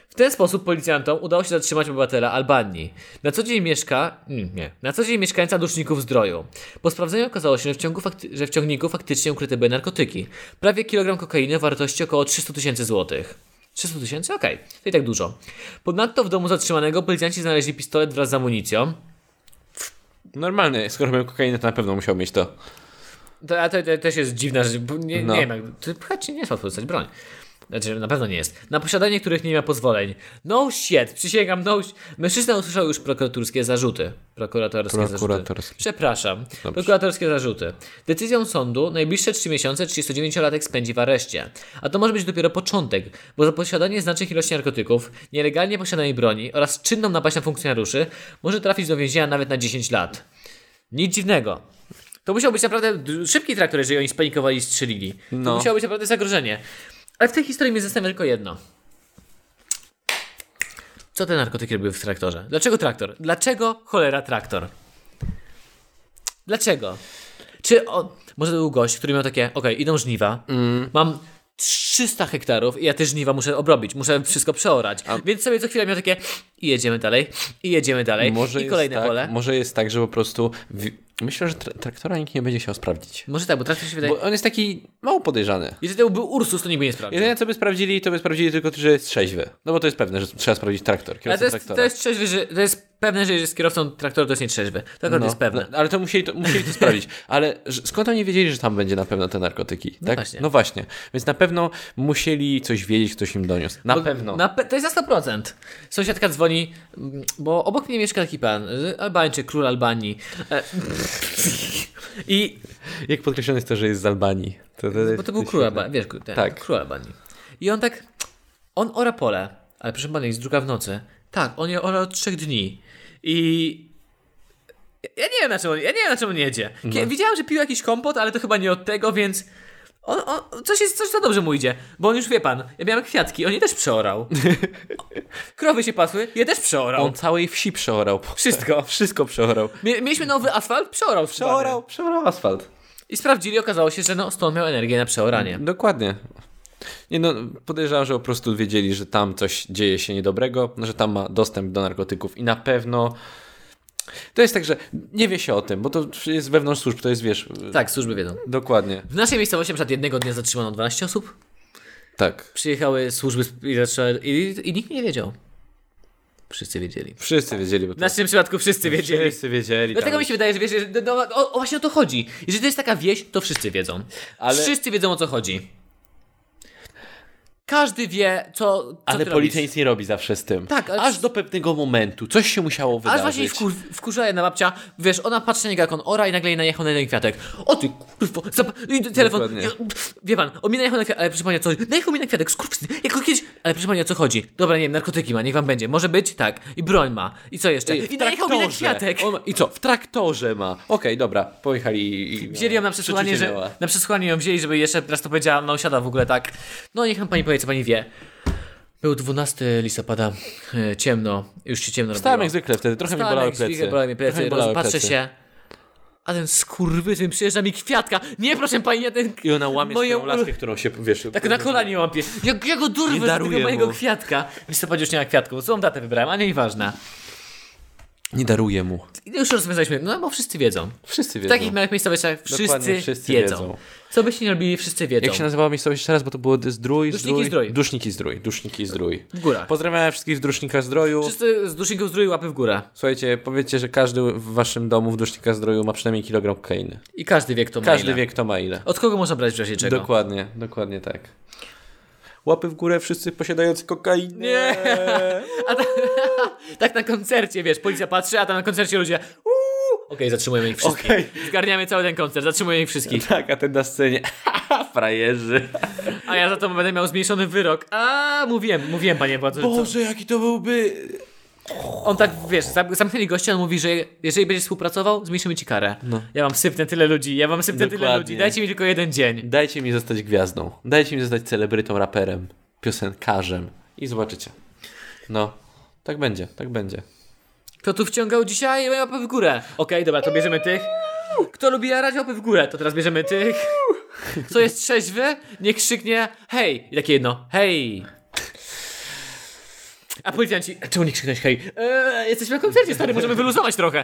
Speaker 2: W ten sposób policjantom udało się zatrzymać obywatela Albanii. Na co dzień mieszka... mm, Nie. Na co dzień mieszkańca duszników zdroju. Po sprawdzeniu okazało się, że w, ciągu fakty... że w ciągniku faktycznie ukryte były narkotyki. Prawie kilogram kokainy o wartości około 300 tysięcy złotych. 300 tysięcy? Okej. To i tak dużo. Ponadto w domu zatrzymanego policjanci znaleźli pistolet wraz z amunicją.
Speaker 1: Normalny, skoro miał kokainę, to na pewno musiał mieć to.
Speaker 2: To, a to, to też jest dziwna rzecz, bo nie,
Speaker 1: No.
Speaker 2: nie wiem, jak, to pchać nie jest łatwo dostać broń. Znaczy, na pewno nie jest. Na posiadanie których nie ma pozwoleń. No shit, przysięgam, no sh- Mężczyzna usłyszał już prokuratorskie zarzuty. Prokuratorskie zarzuty.
Speaker 1: Prokuratorskie.
Speaker 2: Przepraszam. Prokuratorskie zarzuty. Decyzją sądu najbliższe 3 miesiące 39-latek spędzi w areszcie. A to może być dopiero początek, bo za posiadanie znacznych ilości narkotyków, nielegalnie posiadanej broni oraz czynną napaść na funkcjonariuszy może trafić do więzienia nawet na 10 lat. Nic dziwnego. To musiał być naprawdę d- szybki traktor, jeżeli oni spanikowali i strzelili. To
Speaker 1: No.
Speaker 2: musiało być naprawdę zagrożenie. Ale w tej historii mnie zastanawia tylko jedno. Co te narkotyki robiły w traktorze? Dlaczego traktor? Dlaczego cholera traktor? Dlaczego? Czy o, może to był gość, który miał takie, okej, idą żniwa, mam 300 hektarów i ja te żniwa muszę obrobić, muszę wszystko przeorać. Więc sobie co chwilę miał takie i jedziemy dalej, i jedziemy dalej,
Speaker 1: Może
Speaker 2: i kolejne
Speaker 1: jest tak,
Speaker 2: pole.
Speaker 1: Może jest tak, że po prostu... wi- Myślę, że tra- traktora nikt nie będzie chciał sprawdzić.
Speaker 2: Może tak, bo traktor się wydaje...
Speaker 1: Bo on jest taki mało podejrzany.
Speaker 2: Jeżeli to był Ursus, to nikt by nie sprawdził.
Speaker 1: Jedyne co by sprawdzili, to by sprawdzili tylko, że jest trzeźwy. No bo to jest pewne, że trzeba sprawdzić traktor,
Speaker 2: Ale
Speaker 1: kierowcę
Speaker 2: to jest,
Speaker 1: traktora.
Speaker 2: to jest trzeźwy, że, to jest pewne, że jeżeli jest kierowcą traktora, to jest nietrzeźwy. To akurat
Speaker 1: No,
Speaker 2: jest pewne.
Speaker 1: no, ale to musieli to, musieli
Speaker 2: [LAUGHS]
Speaker 1: to sprawdzić. Ale że- skąd oni wiedzieli, że tam będzie na pewno te narkotyki? No tak?
Speaker 2: właśnie.
Speaker 1: No właśnie. Więc na pewno musieli coś wiedzieć, ktoś im doniósł. Na
Speaker 2: Bo-
Speaker 1: pewno.
Speaker 2: Na pe- to jest na 100%. Sąsiadka dzwoni, mm, bo obok mnie mieszka taki pan, y, Albańczyk, król Albanii. E, [LAUGHS] I
Speaker 1: Jak podkreślone jest to, że jest z Albanii. To, to,
Speaker 2: No Bo to był król Albanii, wiesz, ten,
Speaker 1: Tak.
Speaker 2: król Albanii. I on tak, on ora pole, ale proszę pana, jest druga w nocy. Tak, on je ora od trzech dni. I ja nie wiem na czym on, ja nie wiem na czym on jedzie.
Speaker 1: No.
Speaker 2: Kie- Widziałem, że pił jakiś kompot, ale to chyba nie od tego, więc on, on, coś, jest, coś za dobrze mu idzie. Bo on już, wie pan, ja miałem kwiatki, on je też przeorał.
Speaker 1: [LAUGHS]
Speaker 2: Krowy się pasły, je też przeorał.
Speaker 1: On całej wsi przeorał.
Speaker 2: Wszystko.
Speaker 1: Wszystko przeorał.
Speaker 2: Mie- Mieliśmy nowy asfalt, przeorał.
Speaker 1: Przeorał, przeorał asfalt.
Speaker 2: I sprawdzili, okazało się, że no, stąd miał energię na
Speaker 1: Mm.
Speaker 2: przeoranie.
Speaker 1: Dokładnie. Nie no, podejrzewam, że po prostu wiedzieli, że tam coś dzieje się niedobrego, że tam ma dostęp do narkotyków i na pewno to jest tak, że nie wie się o tym, bo to jest wewnątrz służb, to jest wiesz.
Speaker 2: Tak, służby wiedzą.
Speaker 1: Dokładnie.
Speaker 2: W naszej miejscowości na przykład jednego dnia zatrzymano 12 osób,
Speaker 1: Tak.
Speaker 2: przyjechały służby sp- i, zaczęły, i, i nikt nie wiedział. Wszyscy wiedzieli.
Speaker 1: Wszyscy wiedzieli, bo
Speaker 2: W
Speaker 1: to...
Speaker 2: naszym przypadku wszyscy wiedzieli.
Speaker 1: Wszyscy wiedzieli. tak.
Speaker 2: Dlatego
Speaker 1: tam.
Speaker 2: mi się wydaje, że wiesz, że, no, no, o, o właśnie o to chodzi. Jeżeli to jest taka wieś, to wszyscy wiedzą.
Speaker 1: Ale-
Speaker 2: Wszyscy wiedzą o co chodzi. Każdy wie, co. co
Speaker 1: Ale
Speaker 2: ty
Speaker 1: policja
Speaker 2: robisz.
Speaker 1: nic nie robi zawsze z tym.
Speaker 2: Tak, ale-
Speaker 1: Aż do pewnego momentu. Coś się musiało wydarzyć.
Speaker 2: Aż właśnie wkur, wkurza jedna babcia, wiesz, ona patrzy na niego jak on ora i nagle jej najechał na jeden kwiatek. O ty kurwo, zap- i telefon,
Speaker 1: Dokładnie.
Speaker 2: ja, wie pan, on mi najechał na kwiatek, ale proszę pani, co, najechał mi na kwiatek, skurwsyn, jako kiedyś, ale proszę pani, o co chodzi? Dobra, nie wiem, narkotyki ma, niech wam będzie, może być, tak, i broń ma, i co jeszcze?
Speaker 1: W
Speaker 2: I najechał mi na
Speaker 1: traktorze.
Speaker 2: kwiatek.
Speaker 1: On... No I co? W traktorze ma. Okej, dobra. Pojechali i...
Speaker 2: Wzięli ją na przesłuchanie,
Speaker 1: Przeczucie
Speaker 2: że,
Speaker 1: miała.
Speaker 2: na przesłuchanie ją wzięli, żeby jeszcze raz to powiedziała, no siada w ogóle tak. No niech nam pani powie, co pani wie. Był 12 listopada, e, ciemno, już się ciemno
Speaker 1: Stałem
Speaker 2: robiło.
Speaker 1: jak zwykle wtedy, trochę mi
Speaker 2: Stałem
Speaker 1: bolały
Speaker 2: jak
Speaker 1: plecy.
Speaker 2: Bolały mi plecy.
Speaker 1: Trochę mi bolały
Speaker 2: Patrzę
Speaker 1: plecy.
Speaker 2: się. A ten skurwysyn przyjeżdża mi kwiatka. Nie, proszę pani, ja ten...
Speaker 1: I ona łamie
Speaker 2: Moje
Speaker 1: swoją laskę, którą się, wiesz...
Speaker 2: Tak na kolanie łapie. Jak ja go
Speaker 1: Nie
Speaker 2: durwę z tego
Speaker 1: daruję
Speaker 2: mojego
Speaker 1: mu.
Speaker 2: kwiatka. W listopadzie już nie ma kwiatków. Złą datę wybrałem, ale nieważne.
Speaker 1: Nie daruję mu.
Speaker 2: I już rozwiązaliśmy, no bo wszyscy wiedzą.
Speaker 1: Wszyscy
Speaker 2: W
Speaker 1: wiedzą.
Speaker 2: takich małych miejscowościach wszyscy,
Speaker 1: Dokładnie, wszyscy
Speaker 2: wiedzą.
Speaker 1: wiedzą.
Speaker 2: Co byście nie robili, wszyscy wiedzą.
Speaker 1: Jak się nazywała miejscowość jeszcze raz, bo to było Zdrój,
Speaker 2: Duszniki
Speaker 1: Zdrój,
Speaker 2: Zdrój.
Speaker 1: Duszniki Zdrój, Duszniki Zdrój.
Speaker 2: W górach.
Speaker 1: Pozdrawiam wszystkich z Dusznika Zdroju.
Speaker 2: Wszyscy z duszyków zdrój łapy w górę.
Speaker 1: Słuchajcie, powiedzcie, że każdy w waszym domu w Dusznika Zdroju ma przynajmniej kilogram kokainy.
Speaker 2: I każdy wie, kto ma
Speaker 1: Każdy
Speaker 2: ile.
Speaker 1: wie, kto ma ile.
Speaker 2: Od kogo można brać w razie czego?
Speaker 1: Dokładnie, dokładnie tak. Łapy w górę wszyscy posiadający kokainę. Nie.
Speaker 2: A ta, tak na koncercie, wiesz, policja patrzy, a tam na koncercie ludzie uuu, Okej, zatrzymujemy ich wszystkich.
Speaker 1: Okej.
Speaker 2: Zgarniamy cały ten koncert, zatrzymujemy ich wszystkich.
Speaker 1: Tak, a ten na scenie. [LAUGHS] Frajerzy.
Speaker 2: A ja za to będę miał zmniejszony wyrok. A mówiłem, mówiłem panie władzy, że co?
Speaker 1: Boże, jaki to byłby...
Speaker 2: On tak, wiesz, zam- zamknęli gościa, on mówi, że jeżeli będziesz współpracował, zmniejszymy ci karę. Ja wam sypnę tyle ludzi, ja wam sypnę tyle
Speaker 1: Dokładnie.
Speaker 2: ludzi, dajcie mi tylko jeden dzień.
Speaker 1: Dajcie mi zostać gwiazdą. Dajcie mi zostać celebrytą, raperem, piosenkarzem. I zobaczycie. No, tak będzie, tak będzie.
Speaker 2: Kto tu wciągał dzisiaj łapy w górę? Okej, dobra, to bierzemy tych. Kto lubi jarać łapy w górę, to teraz bierzemy tych. Co jest trzeźwy? Nie krzyknie hej. I takie jedno, hej. A policjanci, czemu nie krzyknąć hej? Eee, jesteśmy na koncercie, stary, możemy wyluzować trochę.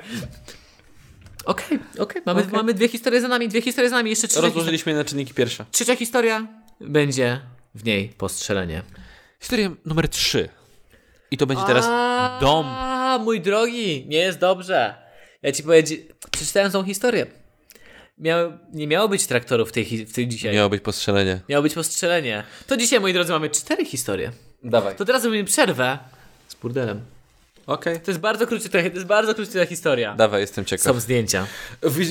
Speaker 2: Okej, okej, mamy,
Speaker 1: Okej.
Speaker 2: mamy dwie historie za nami, dwie historie za nami, jeszcze trzy
Speaker 1: Rozłożyliśmy je na czynniki pierwsze.
Speaker 2: Trzecia historia będzie w niej postrzelenie.
Speaker 1: Historia numer 3. I to będzie teraz dom.
Speaker 2: A, mój drogi, nie jest dobrze. Ja ci powiedziałem, przeczytałem tą historię. Miał, nie miało być traktorów w tej, hi- w tej dzisiaj.
Speaker 1: Miało być postrzelenie.
Speaker 2: Miało być postrzelenie. To dzisiaj, moi drodzy, mamy cztery historie.
Speaker 1: Dawaj.
Speaker 2: To teraz robimy przerwę z burdelem.
Speaker 1: Okej.
Speaker 2: To jest bardzo króciutka, to jest bardzo króciutka historia.
Speaker 1: Tak. Dawaj, jestem ciekaw.
Speaker 2: Są zdjęcia.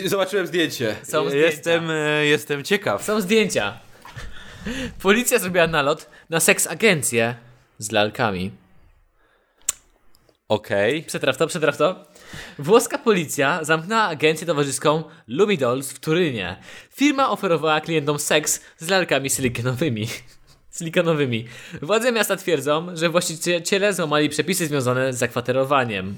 Speaker 1: Zobaczyłem zdjęcie.
Speaker 2: Są zdjęcia.
Speaker 1: jestem, e, jestem ciekaw.
Speaker 2: Są zdjęcia. Policja zrobiła nalot na seks agencję z lalkami.
Speaker 1: Okej.
Speaker 2: Przetraw to, przetraw to. Włoska policja zamknęła agencję towarzyską Lumidols w Turynie. Firma oferowała klientom seks z lalkami [LAUGHS] silikonowymi. silikonowymi. Władze miasta twierdzą, że właściciele złamali przepisy związane z zakwaterowaniem.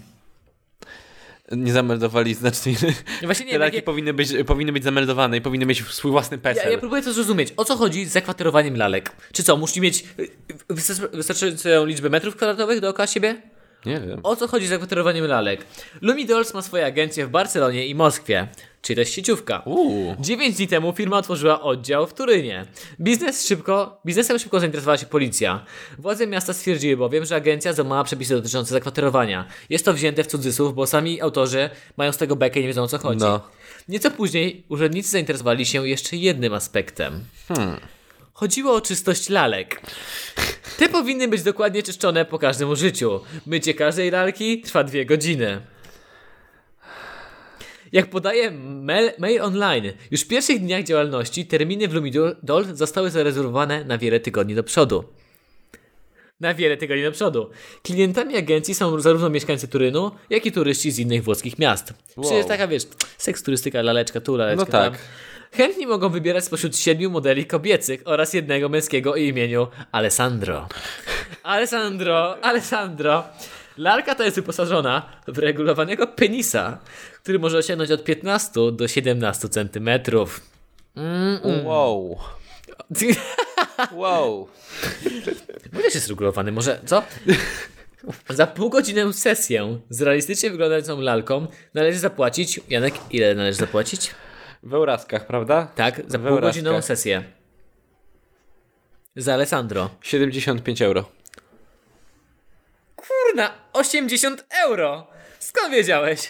Speaker 1: Nie zameldowali znacznie.
Speaker 2: No Właśnie nie
Speaker 1: [LAUGHS] Te
Speaker 2: wiem,
Speaker 1: laki
Speaker 2: jakie...
Speaker 1: powinny być, powinny być zameldowane i powinny mieć swój własny
Speaker 2: ja,
Speaker 1: PESEL.
Speaker 2: ja próbuję to zrozumieć. O co chodzi z zakwaterowaniem lalek? Czy co, musi mieć y, wystar- wystarczającą liczbę metrów kwadratowych dookoła siebie?
Speaker 1: Nie wiem.
Speaker 2: O co chodzi z zakwaterowaniem lalek? Lumidols ma swoje agencje w Barcelonie i Moskwie, czyli też sieciówka.
Speaker 1: Uuu.
Speaker 2: 9 dni temu firma otworzyła oddział w Turynie. Biznes szybko, biznesem szybko zainteresowała się policja. Władze miasta stwierdziły bowiem, że agencja złamała przepisy dotyczące zakwaterowania. Jest to wzięte w cudzysłów, bo sami autorzy mają z tego bekę i nie wiedzą o co chodzi.
Speaker 1: No.
Speaker 2: Nieco później urzędnicy zainteresowali się jeszcze jednym aspektem. Chodziło o czystość lalek. Te powinny być dokładnie czyszczone po każdym użyciu. Mycie każdej lalki trwa dwie godziny. Jak podaje mail, mail online, już w pierwszych dniach działalności terminy w Lumidol zostały zarezerwowane na wiele tygodni do przodu. Na wiele tygodni do przodu. Klientami agencji są zarówno mieszkańcy Turynu, jak i turyści z innych włoskich miast. Wow.
Speaker 1: Wow.
Speaker 2: Czyli jest taka, wiesz, seks turystyka, laleczka tu, laleczka
Speaker 1: No tak.
Speaker 2: tam. Chętni mogą wybierać spośród siedmiu modeli kobiecych oraz jednego męskiego o imieniu
Speaker 1: [LAUGHS]
Speaker 2: Alessandro. Alessandro, Alessandro. Lalka ta jest wyposażona w regulowanego penisa, który może osiągnąć od 15 do
Speaker 1: [LAUGHS]
Speaker 2: 17 centymetrów. [LAUGHS]
Speaker 1: Wow. Wow.
Speaker 2: Ile jest regulowany? Może co? Za pół godzinę sesję z realistycznie wyglądającą lalką należy zapłacić. Janek, ile należy zapłacić?
Speaker 1: W Euraskach, prawda?
Speaker 2: Tak, za
Speaker 1: W
Speaker 2: pół godzinę
Speaker 1: Euraskach.
Speaker 2: sesję. Za Alessandro.
Speaker 1: 75 euro.
Speaker 2: Kurna, 80 euro! Skąd wiedziałeś?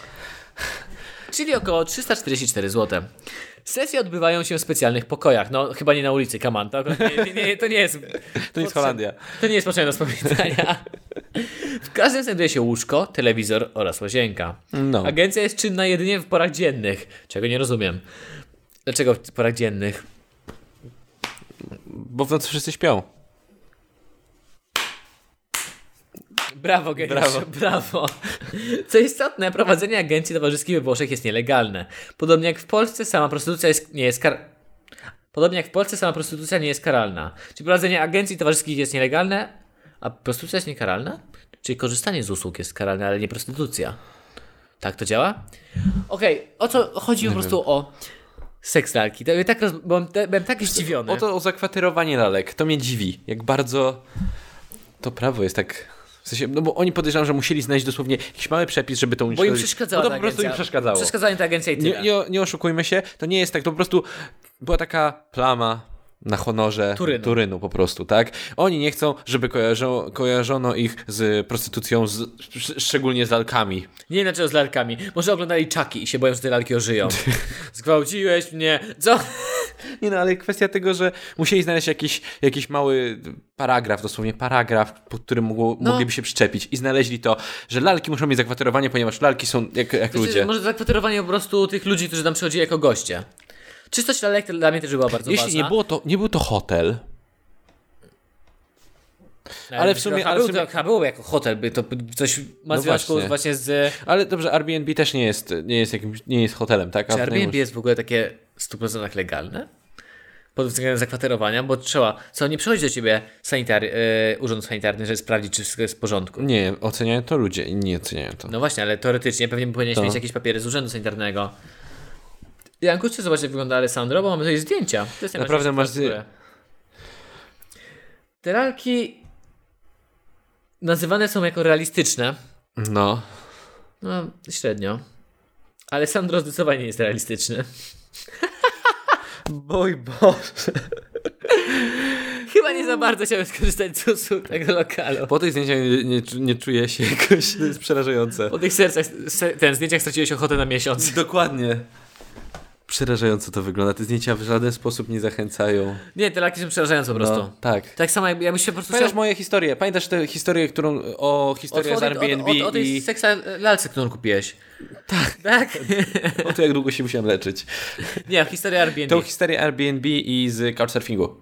Speaker 2: Czyli około 344 zł. Sesje odbywają się w specjalnych pokojach. No, chyba nie na ulicy Kaman. To, nie, nie, nie, to nie jest.
Speaker 1: To jest Holandia.
Speaker 2: To nie jest potrzebne do wspominania. W każdym znajduje się łóżko, telewizor oraz łazienka.
Speaker 1: No.
Speaker 2: Agencja jest czynna jedynie w porach dziennych, czego nie rozumiem. Dlaczego w porach dziennych?
Speaker 1: Bo w nocy wszyscy śpią.
Speaker 2: Brawo, geniuszu,
Speaker 1: Brawo.
Speaker 2: [LAUGHS] brawo. Co istotne, prowadzenie agencji towarzyskich we Włoszech jest nielegalne. Podobnie jak w Polsce sama prostytucja jest, nie jest kar... Podobnie jak w Polsce sama prostytucja nie jest karalna. Czy prowadzenie agencji towarzyskich jest nielegalne, a prostytucja jest niekaralna? Czyli korzystanie z usług jest karalne, ale nie prostytucja. Tak to działa? Okej, o co chodzi po prostu o seks lalki. To ja Tak roz... byłem, byłem tak zdziwiony.
Speaker 1: O to o zakwaterowanie lalek. To mnie dziwi. Jak bardzo to prawo jest tak W sensie, no bo oni podejrzewam, że musieli znaleźć dosłownie jakiś mały przepis, żeby to
Speaker 2: Bo im
Speaker 1: unieświadomić.
Speaker 2: przeszkadzała
Speaker 1: No
Speaker 2: ta
Speaker 1: to po prostu
Speaker 2: agencja.
Speaker 1: im przeszkadzało.
Speaker 2: Przeszkadzała im ta agencja i
Speaker 1: Nie,
Speaker 2: tyle.
Speaker 1: nie, nie oszukujmy się, to nie jest tak, to po prostu była taka plama na honorze
Speaker 2: Turynu.
Speaker 1: po prostu, tak? Oni nie chcą, żeby kojarzo, kojarzono ich z prostytucją, z, sz- szczególnie z lalkami.
Speaker 2: Nie wiem dlaczego z lalkami. Może oglądali czaki i się boją, że te lalki
Speaker 1: [LAUGHS]
Speaker 2: ożyją. Zgwałciłeś mnie. Co?
Speaker 1: Nie no, ale kwestia tego, że musieli znaleźć jakiś, jakiś mały paragraf, dosłownie paragraf, pod którym mogło,
Speaker 2: No.
Speaker 1: mogliby się przyczepić i znaleźli to, że lalki muszą mieć zakwaterowanie, ponieważ lalki są jak, jak
Speaker 2: Czy
Speaker 1: ludzie.
Speaker 2: Może zakwaterowanie po prostu tych ludzi, którzy tam przychodzili jako goście. Czystość lalek dla mnie też była bardzo
Speaker 1: Jeśli
Speaker 2: ważna.
Speaker 1: nie, było to, nie był to hotel,
Speaker 2: Nawet
Speaker 1: ale w
Speaker 2: jeśli
Speaker 1: sumie-
Speaker 2: Rocha
Speaker 1: ale w
Speaker 2: był,
Speaker 1: sumie-
Speaker 2: to był jako hotel, by to by coś ma
Speaker 1: No
Speaker 2: związku
Speaker 1: właśnie.
Speaker 2: właśnie. z...
Speaker 1: ale dobrze, Airbnb też nie jest, nie jest, jakimś, nie jest hotelem, tak? A
Speaker 2: Czy
Speaker 1: tutaj
Speaker 2: Airbnb
Speaker 1: może-
Speaker 2: jest w ogóle takie w 100% legalne? Pod względem zakwaterowania, bo trzeba... Co, nie przychodzi do ciebie sanitar, y, urząd sanitarny, żeby sprawdzić, czy wszystko jest w porządku.
Speaker 1: Nie, oceniają to ludzie, inni oceniają to.
Speaker 2: No właśnie, ale teoretycznie pewnie powinieneś
Speaker 1: To.
Speaker 2: mieć jakieś papiery z urzędu sanitarnego. Janku, chcę zobaczyć jak wygląda Alessandro, bo mamy tutaj zdjęcia. To jest najważniejsza
Speaker 1: Naprawdę masz-
Speaker 2: struktura. Te lalki nazywane są jako realistyczne.
Speaker 1: No.
Speaker 2: No, średnio. Alessandro zdecydowanie
Speaker 1: [LAUGHS]
Speaker 2: jest realistyczny.
Speaker 1: Boj Boże.
Speaker 2: Chyba nie za bardzo chciałem skorzystać z usług tego lokalu.
Speaker 1: Po tych zdjęciach nie, nie, czu- nie czuję się [LAUGHS] jakoś, to jest przerażające.
Speaker 2: Po tych sercach, se, ten zdjęciach straciłeś ochotę na miesiąc.
Speaker 1: Dokładnie. Przerażająco to wygląda, te zdjęcia w żaden sposób nie zachęcają.
Speaker 2: Nie, te lalki są przerażające po prostu.
Speaker 1: No, tak.
Speaker 2: Tak samo jak ja bym się po prostu
Speaker 1: Pamiętasz moje historie, pamiętasz tę historię, którą, o historię z
Speaker 2: Otwory-
Speaker 1: Airbnb
Speaker 2: o, o, o tej
Speaker 1: i
Speaker 2: seksa lalce, którą kupiłeś. Tak. [LAUGHS] Tak?
Speaker 1: [LAUGHS] o to jak długo się musiałem leczyć.
Speaker 2: Nie, historia Airbnb.
Speaker 1: Tą historię Airbnb i z Couchsurfingu.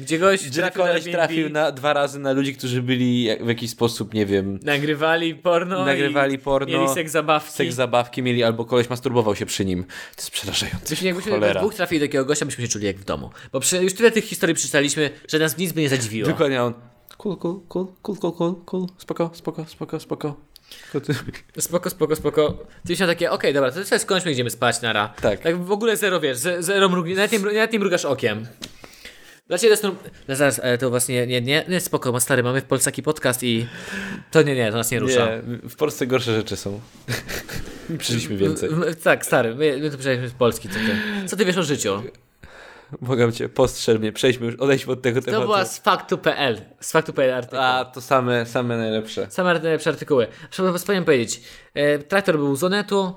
Speaker 2: Gdzie goś
Speaker 1: Gdzie
Speaker 2: trafił,
Speaker 1: koleś
Speaker 2: na
Speaker 1: trafił
Speaker 2: Airbnb,
Speaker 1: na, dwa razy na ludzi, którzy byli jak- w jakiś sposób, nie wiem,
Speaker 2: Nagrywali porno
Speaker 1: Nagrywali
Speaker 2: i
Speaker 1: porno,
Speaker 2: mieli seks zabawki.
Speaker 1: seks zabawki mieli albo koleś masturbował się przy nim. To jest przerażające.
Speaker 2: Byśmy, jakbyśmy we
Speaker 1: Cholera.
Speaker 2: dwóch trafili do takiego gościa, byśmy się czuli jak w domu. Bo przy, już tyle tych historii przeczytaliśmy, że nas nic by nie zadziwiło.
Speaker 1: Dokładnie on. Cool, cool, cool, cool, cool, cool, cool. Spoko, spoko, spoko, spoko.
Speaker 2: Spoko, spoko, spoko. Ty się takie, okej, dobra, to sobie skończmy, idziemy spać, nara.
Speaker 1: Tak.
Speaker 2: Tak w ogóle zero, wiesz, ze- zero mrugi, nawet nie, mru- nawet nie mrugasz okiem. Dla ciebie to jest... norm- No zaraz, e, to u was nie, nie, nie, nie, spoko, ma stary, mamy w Polsce taki podcast i... To nie, nie, to nas nie rusza.
Speaker 1: Nie, w Polsce gorsze rzeczy są. [LAUGHS] Przyszliśmy więcej.
Speaker 2: M- m- Tak, stary, my, my to przyjechaliśmy z Polski. Co ty, co ty wiesz o życiu?
Speaker 1: Mogę cię postrzel mnie, przejdźmy już, odejdźmy od tego
Speaker 2: To
Speaker 1: tematu.
Speaker 2: była z faktu.pl. Z faktu.pl artykuł.
Speaker 1: A, to same, same najlepsze.
Speaker 2: Same art- najlepsze artykuły. Trzeba wspomniałem powiedzieć. E, traktor był z Onetu.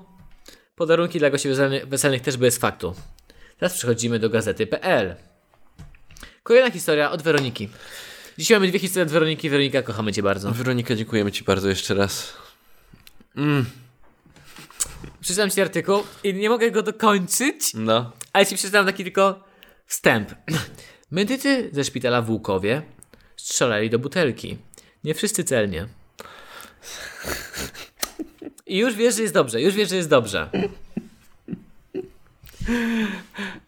Speaker 2: Podarunki dla gości weselny- weselnych też były z faktu. Teraz przechodzimy do gazety.pl. Kolejna historia od Weroniki. Dzisiaj mamy dwie historie od Weroniki. Weronika, kochamy cię bardzo.
Speaker 1: Weronika, dziękujemy ci bardzo jeszcze raz.
Speaker 2: Przeczytam ci artykuł i nie mogę go dokończyć,
Speaker 1: No.
Speaker 2: Ale ci przeczytam taki tylko wstęp. [CLEARS THROAT] Medycy ze szpitala w Łukowie strzelali do butelki. Nie wszyscy celnie. I już wiesz, że jest dobrze, już wiesz, że jest dobrze.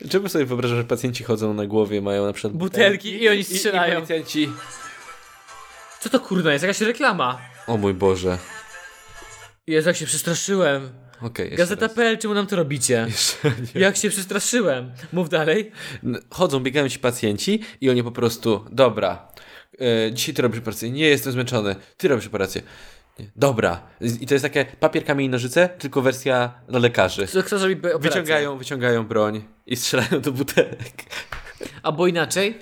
Speaker 1: Czemu sobie wyobrażam, że pacjenci chodzą na głowie, mają na przykład
Speaker 2: Butelki i oni
Speaker 1: I, i
Speaker 2: strzelają.
Speaker 1: policjanci...
Speaker 2: Co to kurna jest? Jakaś reklama.
Speaker 1: O mój Boże.
Speaker 2: Jezu, jak się przestraszyłem.
Speaker 1: Okej, jeszcze raz.
Speaker 2: Gazeta.pl, czemu nam to robicie?
Speaker 1: Jeszcze nie.
Speaker 2: Jak się przestraszyłem. Mów dalej.
Speaker 1: [LAUGHS] N- chodzą, biegają ci pacjenci i oni po prostu, dobra, e, dzisiaj ty robisz operację, nie jestem zmęczony, ty robisz operację. Nie, Dobra. I to jest takie papier, kamień, nożyce, tylko wersja dla lekarzy.
Speaker 2: Co, kto zrobi operację?
Speaker 1: Wyciągają, wyciągają broń i strzelają do butelek.
Speaker 2: Albo inaczej,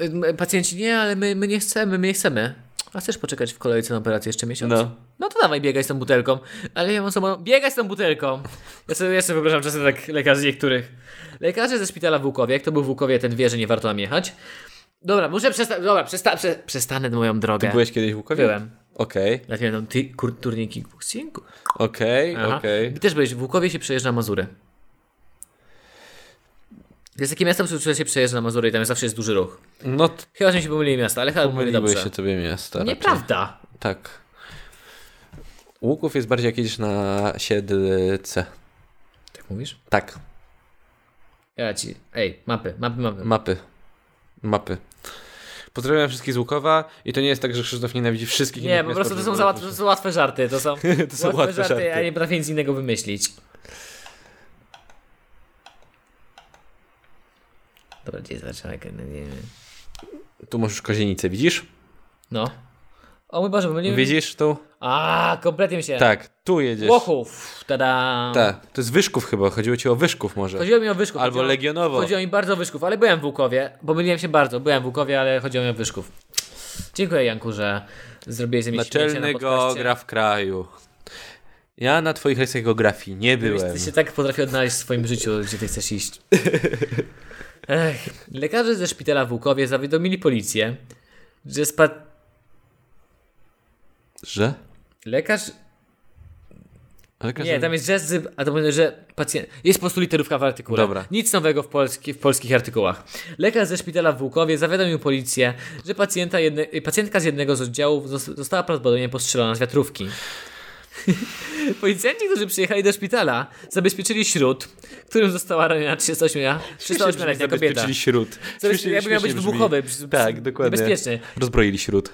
Speaker 2: ym, pacjenci, nie, ale my, my nie chcemy, my nie chcemy. A chcesz poczekać w kolejce na operację jeszcze miesiąc?
Speaker 1: No.
Speaker 2: No to dawaj, biegaj z tą butelką. Ale ja mam sobą, biegaj z tą butelką. Ja sobie, ja sobie wyobrażam czasem tak lekarzy niektórych. Lekarze ze szpitala w Łukowie, kto był w Łukowie, ten wie, że nie warto nam jechać. Dobra, muszę przestać, dobra, przesta prze przestanę moją drogę.
Speaker 1: Byłeś kiedyś w Łukowie?
Speaker 2: Byłem.
Speaker 1: Okej,
Speaker 2: Dlatego tam ty, kur, turniej kickboxingu.
Speaker 1: okej,
Speaker 2: Aha.
Speaker 1: okej.
Speaker 2: Ty też byłeś, w Łukowie się przejeżdża Mazury. Jest takie miasto, które się przejeżdża na Mazury i tam zawsze jest duży ruch.
Speaker 1: No to
Speaker 2: Chyba, że mi się pomylili miasta, ale chyba były
Speaker 1: pomyliły
Speaker 2: dobrze.
Speaker 1: się tobie miasta. raczej.
Speaker 2: Nieprawda.
Speaker 1: Tak. Łuków jest bardziej jak jedziesz na siedlce.
Speaker 2: Tak mówisz?
Speaker 1: Tak,
Speaker 2: Ja ci... Ej, mapy, mapy, mapy.
Speaker 1: Mapy. Mapy. Pozdrawiam wszystkich z Łukowa i to nie jest tak, że Krzysztof nienawidzi wszystkich
Speaker 2: nie,
Speaker 1: innych
Speaker 2: po
Speaker 1: miast
Speaker 2: prostu to są,
Speaker 1: oprócz
Speaker 2: za łatwe,
Speaker 1: Łukowa.
Speaker 2: to są łatwe żarty. To są,
Speaker 1: [LAUGHS] To są łatwe żarty.
Speaker 2: a nie potrafię nic innego wymyślić. Dobra, gdzie jest Warszawa? Nie, nie, nie.
Speaker 1: Tu możesz kozienicę, widzisz?
Speaker 2: No. O mój Boże, pomyliłem.
Speaker 1: Widzisz tu?
Speaker 2: A, kompletnie mi się.
Speaker 1: Tak, tu jedziesz.
Speaker 2: Łochów. Tada.
Speaker 1: Tak, to jest Wyszków chyba, chodziło ci o Wyszków może.
Speaker 2: Chodziło mi o wyszków.
Speaker 1: Albo
Speaker 2: chodziło-
Speaker 1: Legionowo.
Speaker 2: Chodziło mi bardzo o wyszków, ale byłem w Łukowie. Pomyliłem się bardzo. Byłem w Łukowie, ale chodziło mi o wyszków. Dziękuję Janku, że zrobiłeś ze mnie śmiecie
Speaker 1: Naczelny
Speaker 2: na podcaście.
Speaker 1: geograf kraju. Ja na twoich lekcjach geografii nie byłem.
Speaker 2: Ty się tak potrafi odnaleźć w swoim życiu, gdzie ty chcesz iść. Ech. Lekarze ze szpitala w Łukowie zawiadomili policję, że spadł...
Speaker 1: Że?
Speaker 2: Lekarz...
Speaker 1: Ale
Speaker 2: Nie, tam jest że, zyb- a to będzie, że pacjent... Jest po prostu literówka w artykule.
Speaker 1: Dobra.
Speaker 2: Nic nowego w, polski, w polskich artykułach. Lekarz ze szpitala w Łukowie zawiadomił policję, że pacjenta jedne... pacjentka z jednego z oddziałów zos- została prawdopodobnie postrzelona z wiatrówki. [LAUGHS] Policjanci, którzy przyjechali do szpitala, zabezpieczyli śród, którym została raniona 38-letnia 38-letnia kobieta.
Speaker 1: Zabezpieczyli śród. Śmiesznie-
Speaker 2: jakby miał
Speaker 1: śmiesznie
Speaker 2: być
Speaker 1: brzmi.
Speaker 2: wybuchowy, bzz-
Speaker 1: Tak,
Speaker 2: bzz-
Speaker 1: dokładnie.
Speaker 2: niebezpieczny.
Speaker 1: Rozbroili śród.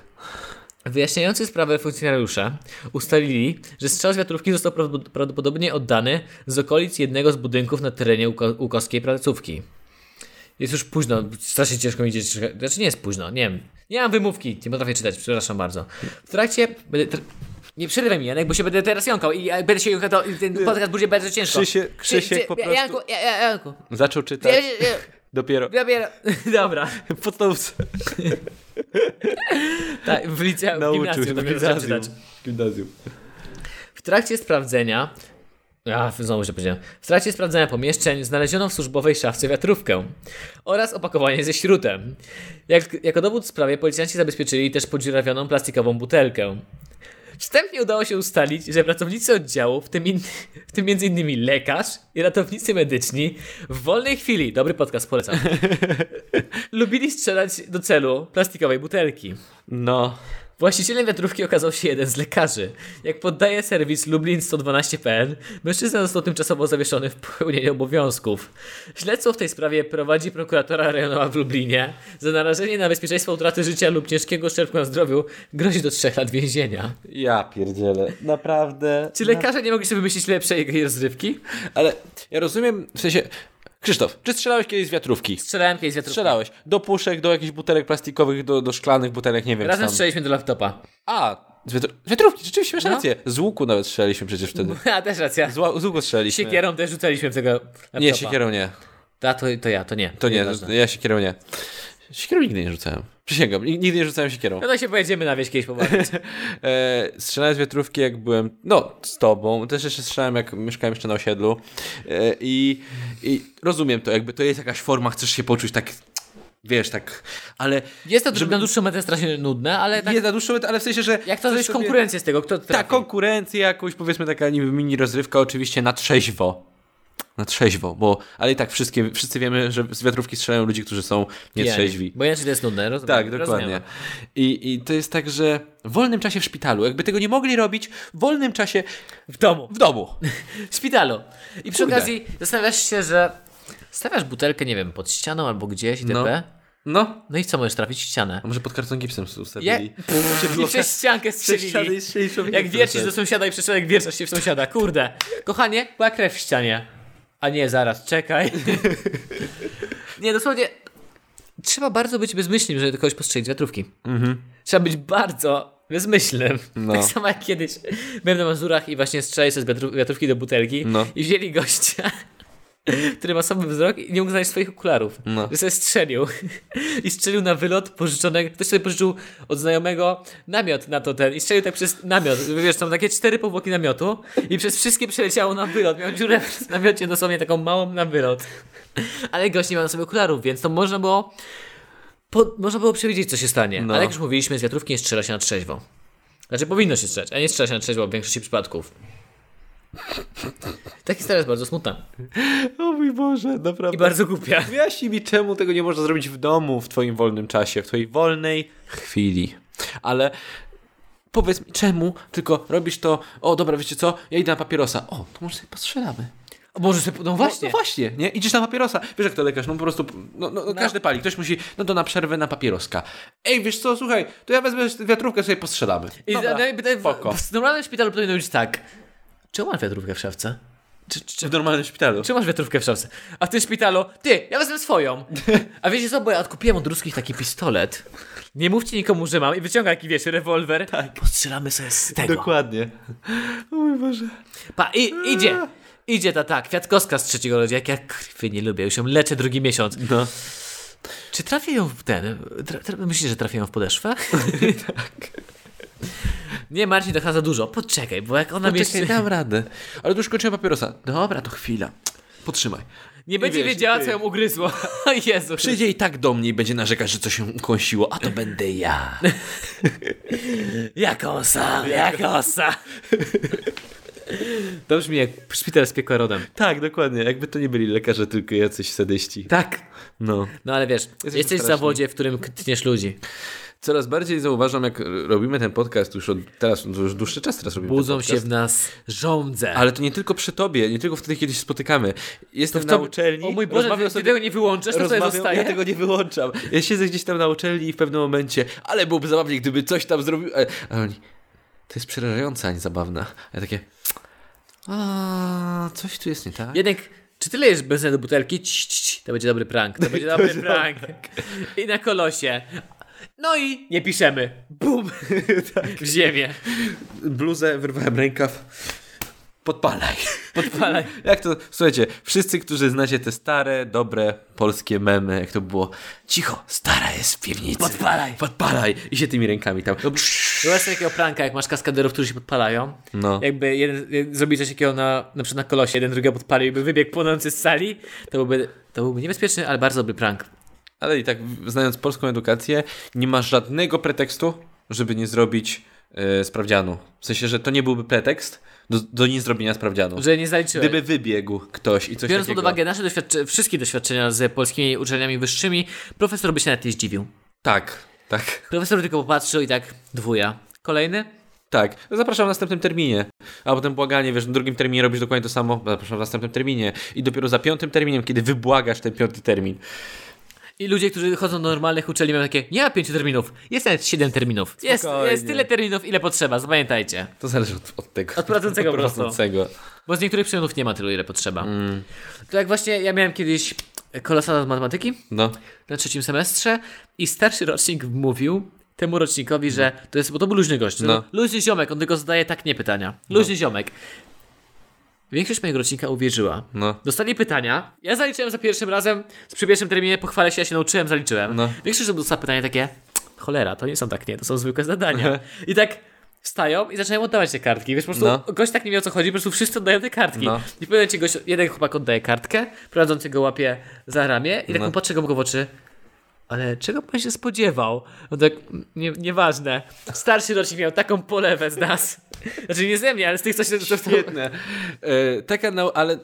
Speaker 2: Wyjaśniający sprawę funkcjonariusze ustalili, że strzał z wiatrówki został prawdopod- prawdopodobnie oddany z okolic jednego z budynków na terenie Łuk- łukowskiej placówki. Jest już późno, strasznie ciężko mi gdzieś... Znaczy nie jest późno, nie wiem. Nie mam wymówki, nie potrafię czytać, przepraszam bardzo. W trakcie... Będę tr- nie przerywaj mi, Janek, bo się będę teraz jąkał i ja będę się jąkał, to i ten podcast będzie bardzo ciężko.
Speaker 1: Krzysiek- Krzysiek
Speaker 2: Czy-
Speaker 1: po
Speaker 2: czy-
Speaker 1: prostu- Tak.
Speaker 2: Janku, ja- ja- Janku.
Speaker 1: Zaczął
Speaker 2: Ja-
Speaker 1: czytać.
Speaker 2: ja- ja-
Speaker 1: Dopiero.
Speaker 2: dopiero-
Speaker 1: [LAUGHS]
Speaker 2: Dobra. [LAUGHS]
Speaker 1: W podstawce.
Speaker 2: Tak, w liceum, w
Speaker 1: Nauczył się
Speaker 2: gimnazjum,
Speaker 1: na
Speaker 2: dopiero zacząłem
Speaker 1: gimnazjum.
Speaker 2: czytać.
Speaker 1: gimnazjum.
Speaker 2: W trakcie sprawdzenia. A, znowu się powiedziałem. W trakcie sprawdzenia pomieszczeń znaleziono w służbowej szafce wiatrówkę oraz opakowanie ze śrutem. Jak, jako dowód w sprawie policjanci zabezpieczyli też podziurawioną plastikową butelkę. Wstępnie udało się ustalić, że pracownicy oddziału, w tym, in, w tym między innymi lekarz i ratownicy medyczni, w wolnej chwili, dobry podcast polecam, lubili strzelać do celu plastikowej butelki.
Speaker 1: No.
Speaker 2: Właścicielem wiatrówki okazał się jeden z lekarzy. Jak poddaje serwis Lublin 112.pl, mężczyzna został tymczasowo zawieszony w pełnieniu obowiązków. Śledztwo w tej sprawie prowadzi prokuratora rejonowa w Lublinie. Za narażenie na bezpieczeństwo utraty życia lub ciężkiego uszczerbku na zdrowiu grozi do trzech lat więzienia.
Speaker 1: Ja pierdzielę. Naprawdę.
Speaker 2: Czy lekarze nie mogli sobie wymyślić lepszej rozrywki?
Speaker 1: Ale ja rozumiem, w sensie... Krzysztof, czy strzelałeś kiedyś z wiatrówki?
Speaker 2: Strzelałem kiedyś z wiatrówki.
Speaker 1: Strzelałeś. Do puszek, do jakichś butelek plastikowych, do, do szklanych butelek, nie wiem.
Speaker 2: Razem
Speaker 1: czy tam.
Speaker 2: strzeliśmy do laptopa. [LAUGHS]
Speaker 1: A, z, wiatr... z wiatrówki, rzeczywiście masz
Speaker 2: No.
Speaker 1: rację. Z łuku nawet strzelaliśmy przecież wtedy.
Speaker 2: A, też racja.
Speaker 1: Z, ła- z łuku strzelaliśmy.
Speaker 2: Siekierą też rzucaliśmy w tego laptopa.
Speaker 1: Nie, siekierą nie.
Speaker 2: Ta, to, to ja, to nie.
Speaker 1: To nie,
Speaker 2: Nieważne.
Speaker 1: ja siekierą nie. Siekierą nigdy nie rzucałem. Przysięgam, nig- nigdy nie rzucałem siekierą.
Speaker 2: No to się pojedziemy na wieś kiedyś pobawić.
Speaker 1: E, strzelałem z wiatrówki, jak byłem, no, z tobą. Też jeszcze strzelałem, jak mieszkałem jeszcze na osiedlu. E, i, I rozumiem to, jakby to jest jakaś forma, chcesz się poczuć tak, wiesz, tak, ale...
Speaker 2: Jest to żeby... na dłuższą metę strasznie nudne, ale tak,
Speaker 1: nie na dłuższą metę, ale w sensie, że...
Speaker 2: jak to
Speaker 1: chcesz
Speaker 2: zrobić
Speaker 1: sobie-
Speaker 2: konkurencję z tego, kto to
Speaker 1: Tak, konkurencję jakąś, powiedzmy taka niby mini rozrywka, oczywiście na trzeźwo. Na trzeźwo, bo, ale i tak wszystkie, wszyscy wiemy, że z wiatrówki strzelają ludzi, którzy są nietrzeźwi.
Speaker 2: Bo inaczej to jest nudne, rozumiem.
Speaker 1: Tak, dokładnie.
Speaker 2: Rozumiem.
Speaker 1: I, I to jest tak, że w wolnym czasie w szpitalu, jakby tego nie mogli robić, w wolnym czasie
Speaker 2: W domu,
Speaker 1: w domu.
Speaker 2: w szpitalu. I przy
Speaker 1: Kurde.
Speaker 2: okazji zastanawiasz się, że stawiasz butelkę, nie wiem, pod ścianą albo gdzieś itp. No,
Speaker 1: No. No.
Speaker 2: no i co, możesz trafić w ścianę.
Speaker 1: A może pod karton gipsem
Speaker 2: Ja...
Speaker 1: ustawili?
Speaker 2: I [LAUGHS] przez ściankę strzelili. Jak wiercisz do sąsiada i przeszedł jak wierszasz się w sąsiada. Kurde. Kochanie, była krew w ścianie. A nie, zaraz, czekaj. [LAUGHS] nie, dosłownie trzeba bardzo być bezmyślnym, żeby kogoś postrzelić z wiatrówki. Trzeba być bardzo bezmyślnym.
Speaker 1: No.
Speaker 2: Tak samo jak kiedyś byłem na Mazurach i właśnie strzelali sobie z wiatru- wiatrówki do butelki
Speaker 1: No.
Speaker 2: i wzięli gościa [LAUGHS] który ma słaby wzrok i nie mógł znaleźć swoich okularów.
Speaker 1: No.
Speaker 2: Że sobie strzelił. I strzelił na wylot pożyczonego. Ktoś sobie pożyczył od znajomego namiot na to ten. I strzelił tak przez namiot. Wiesz, tam takie cztery powłoki namiotu i przez wszystkie przeleciało na wylot. Miał dziurę w namiocie dosłownie taką małą na wylot. [LAUGHS] Ale gość nie ma na sobie okularów, więc to można było... Po, można było przewidzieć, co się stanie.
Speaker 1: No.
Speaker 2: Ale jak już mówiliśmy, z wiatrówki nie strzela się na trzeźwo. Znaczy powinno się strzelać, a nie strzela się na trzeźwo w większości przypadków. [LAUGHS] Ta historia jest bardzo smutna.
Speaker 1: O mój Boże,
Speaker 2: I
Speaker 1: naprawdę.
Speaker 2: bardzo głupia.
Speaker 1: Wyjaśnij mi, czemu tego nie można zrobić w domu, w twoim wolnym czasie, w twojej wolnej chwili. Ale powiedz mi, czemu tylko robisz to, o dobra, wiecie co, ja idę na papierosa. O, to może sobie postrzelamy.
Speaker 2: A Może sobie, no
Speaker 1: No,
Speaker 2: właśnie.
Speaker 1: no właśnie, nie? Idziesz na papierosa. Wiesz jak to lekarz, no po prostu, no, no, no każdy pali. Ktoś musi, no to na przerwę na papieroska. Ej, wiesz co, słuchaj, to ja wezmę wiatrówkę, sobie postrzelamy.
Speaker 2: I
Speaker 1: Dobra,
Speaker 2: no, no, i pytaj- w,
Speaker 1: spoko.
Speaker 2: tak. w normalnym szpitalu powinno być tak. Czemu mam wiatrówkę w szafce?
Speaker 1: Czy, czy w normalnym szpitalu?
Speaker 2: Czy masz wiatrówkę w szafce? A w tym szpitalu, ty, ja wezmę swoją. A wiecie co, bo ja odkupiłem od ruskich taki pistolet. Nie mówcie nikomu, że mam i wyciąga jakiś, wiesz, rewolwer. Tak. Postrzelamy sobie z tego.
Speaker 1: Dokładnie. O mój Boże.
Speaker 2: Pa, i, idzie. Idzie ta, ta, kwiatkowska z trzeciego rodzaju. Jak ja krwi nie lubię, już ją leczę drugi miesiąc.
Speaker 1: No.
Speaker 2: Czy trafię ją w ten? Tra, tra, myślisz, że trafię ją w podeszwę? tak. Nie, Marcin, taka za dużo. Poczekaj, bo jak ona
Speaker 1: No
Speaker 2: mnie...
Speaker 1: czekaj, dam radę. Ale tu już kończyłem papierosa. Dobra, to chwila. Potrzymaj.
Speaker 2: Nie będzie
Speaker 1: wiesz,
Speaker 2: wiedziała,
Speaker 1: ty.
Speaker 2: co ją ugryzło. [LAUGHS] Jezu.
Speaker 1: Przyjdzie i tak do mnie i będzie narzekać, że coś się ukąsiło, a to będę ja.
Speaker 2: Jak osa, jak osa. [LAUGHS] To brzmi jak szpital z piekłarodem.
Speaker 1: tak, dokładnie. Jakby to nie byli lekarze, tylko jacyś sadyści.
Speaker 2: Tak.
Speaker 1: No.
Speaker 2: No ale wiesz, jesteś w
Speaker 1: straszni.
Speaker 2: zawodzie, w którym tniesz ludzi.
Speaker 1: Coraz bardziej zauważam, jak robimy ten podcast już od teraz, no już dłuższy czas teraz robimy ten
Speaker 2: Budzą
Speaker 1: podcast.
Speaker 2: się w nas żądze.
Speaker 1: Ale to nie tylko przy tobie, nie tylko wtedy, kiedy się spotykamy. Jestem
Speaker 2: w co-
Speaker 1: na uczelni.
Speaker 2: O mój Boże,
Speaker 1: rozmawiam
Speaker 2: ty, ty tego nie wyłączasz, to sobie
Speaker 1: rozmawiam-
Speaker 2: zostaje.
Speaker 1: Ja tego nie wyłączam. Ja siedzę gdzieś tam na uczelni i w pewnym momencie, ale byłoby zabawnie, gdyby coś tam zrobił. e, A oni, to jest przerażająca, a nie zabawna. A ja takie, a coś tu jest nie tak.
Speaker 2: Jednak, czy ty lejesz benzynę do butelki? Ć, ć, ć. To będzie dobry prank, [LAUGHS] to będzie dobry prank. I na kolosie. No i nie piszemy. [LAUGHS] Bum! W ziemię.
Speaker 1: Bluzę, wyrwałem rękaw. Podpalaj.
Speaker 2: Podpalaj.
Speaker 1: Jak to, słuchajcie, wszyscy, którzy znacie te stare, dobre polskie memy, jak to było, cicho, stara jest w piwnicy.
Speaker 2: Podpalaj.
Speaker 1: Podpalaj. I się tymi rękami tam.
Speaker 2: Byłaś sobie takiego pranka, jak masz kaskaderów, którzy się podpalają.
Speaker 1: No.
Speaker 2: Jakby jeden, jeden zrobił coś takiego na, na przykład na kolosie, jeden drugiego podpalił i by wybiegł płonący z sali, to byłby, to byłby niebezpieczny, ale bardzo dobry prank.
Speaker 1: Ale i tak, w- znając polską edukację, nie ma żadnego pretekstu, żeby nie zrobić e, sprawdzianu. W sensie, że to nie byłby pretekst do, do nie zrobienia sprawdzianu.
Speaker 2: Że nie zaliczyłem.
Speaker 1: Gdyby wybiegł ktoś i coś
Speaker 2: Biorąc
Speaker 1: takiego.
Speaker 2: pod uwagę nasze doświadcze, wszystkie doświadczenia z polskimi uczelniami wyższymi, profesor by się na tym zdziwił.
Speaker 1: Tak, tak,
Speaker 2: Profesor tylko popatrzył i tak dwuja. Kolejny?
Speaker 1: tak. Zapraszam w następnym terminie. A potem błaganie, wiesz, w drugim terminie robisz dokładnie to samo. Zapraszam w następnym terminie. I dopiero za piątym terminem, kiedy wybłagasz ten piąty termin.
Speaker 2: I ludzie, którzy chodzą do normalnych uczelni mają takie, nie ma pięciu terminów, jest nawet siedem terminów. Jest,
Speaker 1: Spokojnie.
Speaker 2: jest tyle terminów, ile potrzeba, zapamiętajcie.
Speaker 1: To zależy od, od tego.
Speaker 2: Od prowadzącego po prostu.
Speaker 1: prowadzącego.
Speaker 2: Bo z niektórych przedmiotów nie ma tylu, ile potrzeba.
Speaker 1: Mm.
Speaker 2: To jak właśnie ja miałem kiedyś kolosana z matematyki,
Speaker 1: No.
Speaker 2: na trzecim semestrze i starszy rocznik mówił temu rocznikowi, że to jest, bo to był luźny gość, no.
Speaker 1: No.
Speaker 2: luźny ziomek, on tylko zadaje tak nie pytania. Luźny ziomek. Większość mojego rocznika uwierzyła.
Speaker 1: No.
Speaker 2: Dostali pytania, ja zaliczyłem za pierwszym razem, przy pierwszym terminie pochwalę się, ja się nauczyłem, zaliczyłem.
Speaker 1: No.
Speaker 2: Większość osób dostała pytania takie, cholera, to nie są tak nie, to są zwykłe
Speaker 1: [LAUGHS]
Speaker 2: zadania. I tak wstają i zaczynają oddawać te kartki. Wiesz, po prostu
Speaker 1: No.
Speaker 2: gość tak nie wie o co chodzi, po prostu wszyscy oddają te kartki.
Speaker 1: No.
Speaker 2: I w pewnym momencie gość, jeden chłopak oddaje kartkę, prowadzący go łapie za ramię i tak
Speaker 1: No.
Speaker 2: mu patrzy go w oczy. Ale czego pan się spodziewał? On tak, nie, nieważne. Starszy rocznik miał taką polewę z nas. Znaczy nie ze mnie, ale z tych, co się... co-
Speaker 1: Świetne. E, taka nau- ale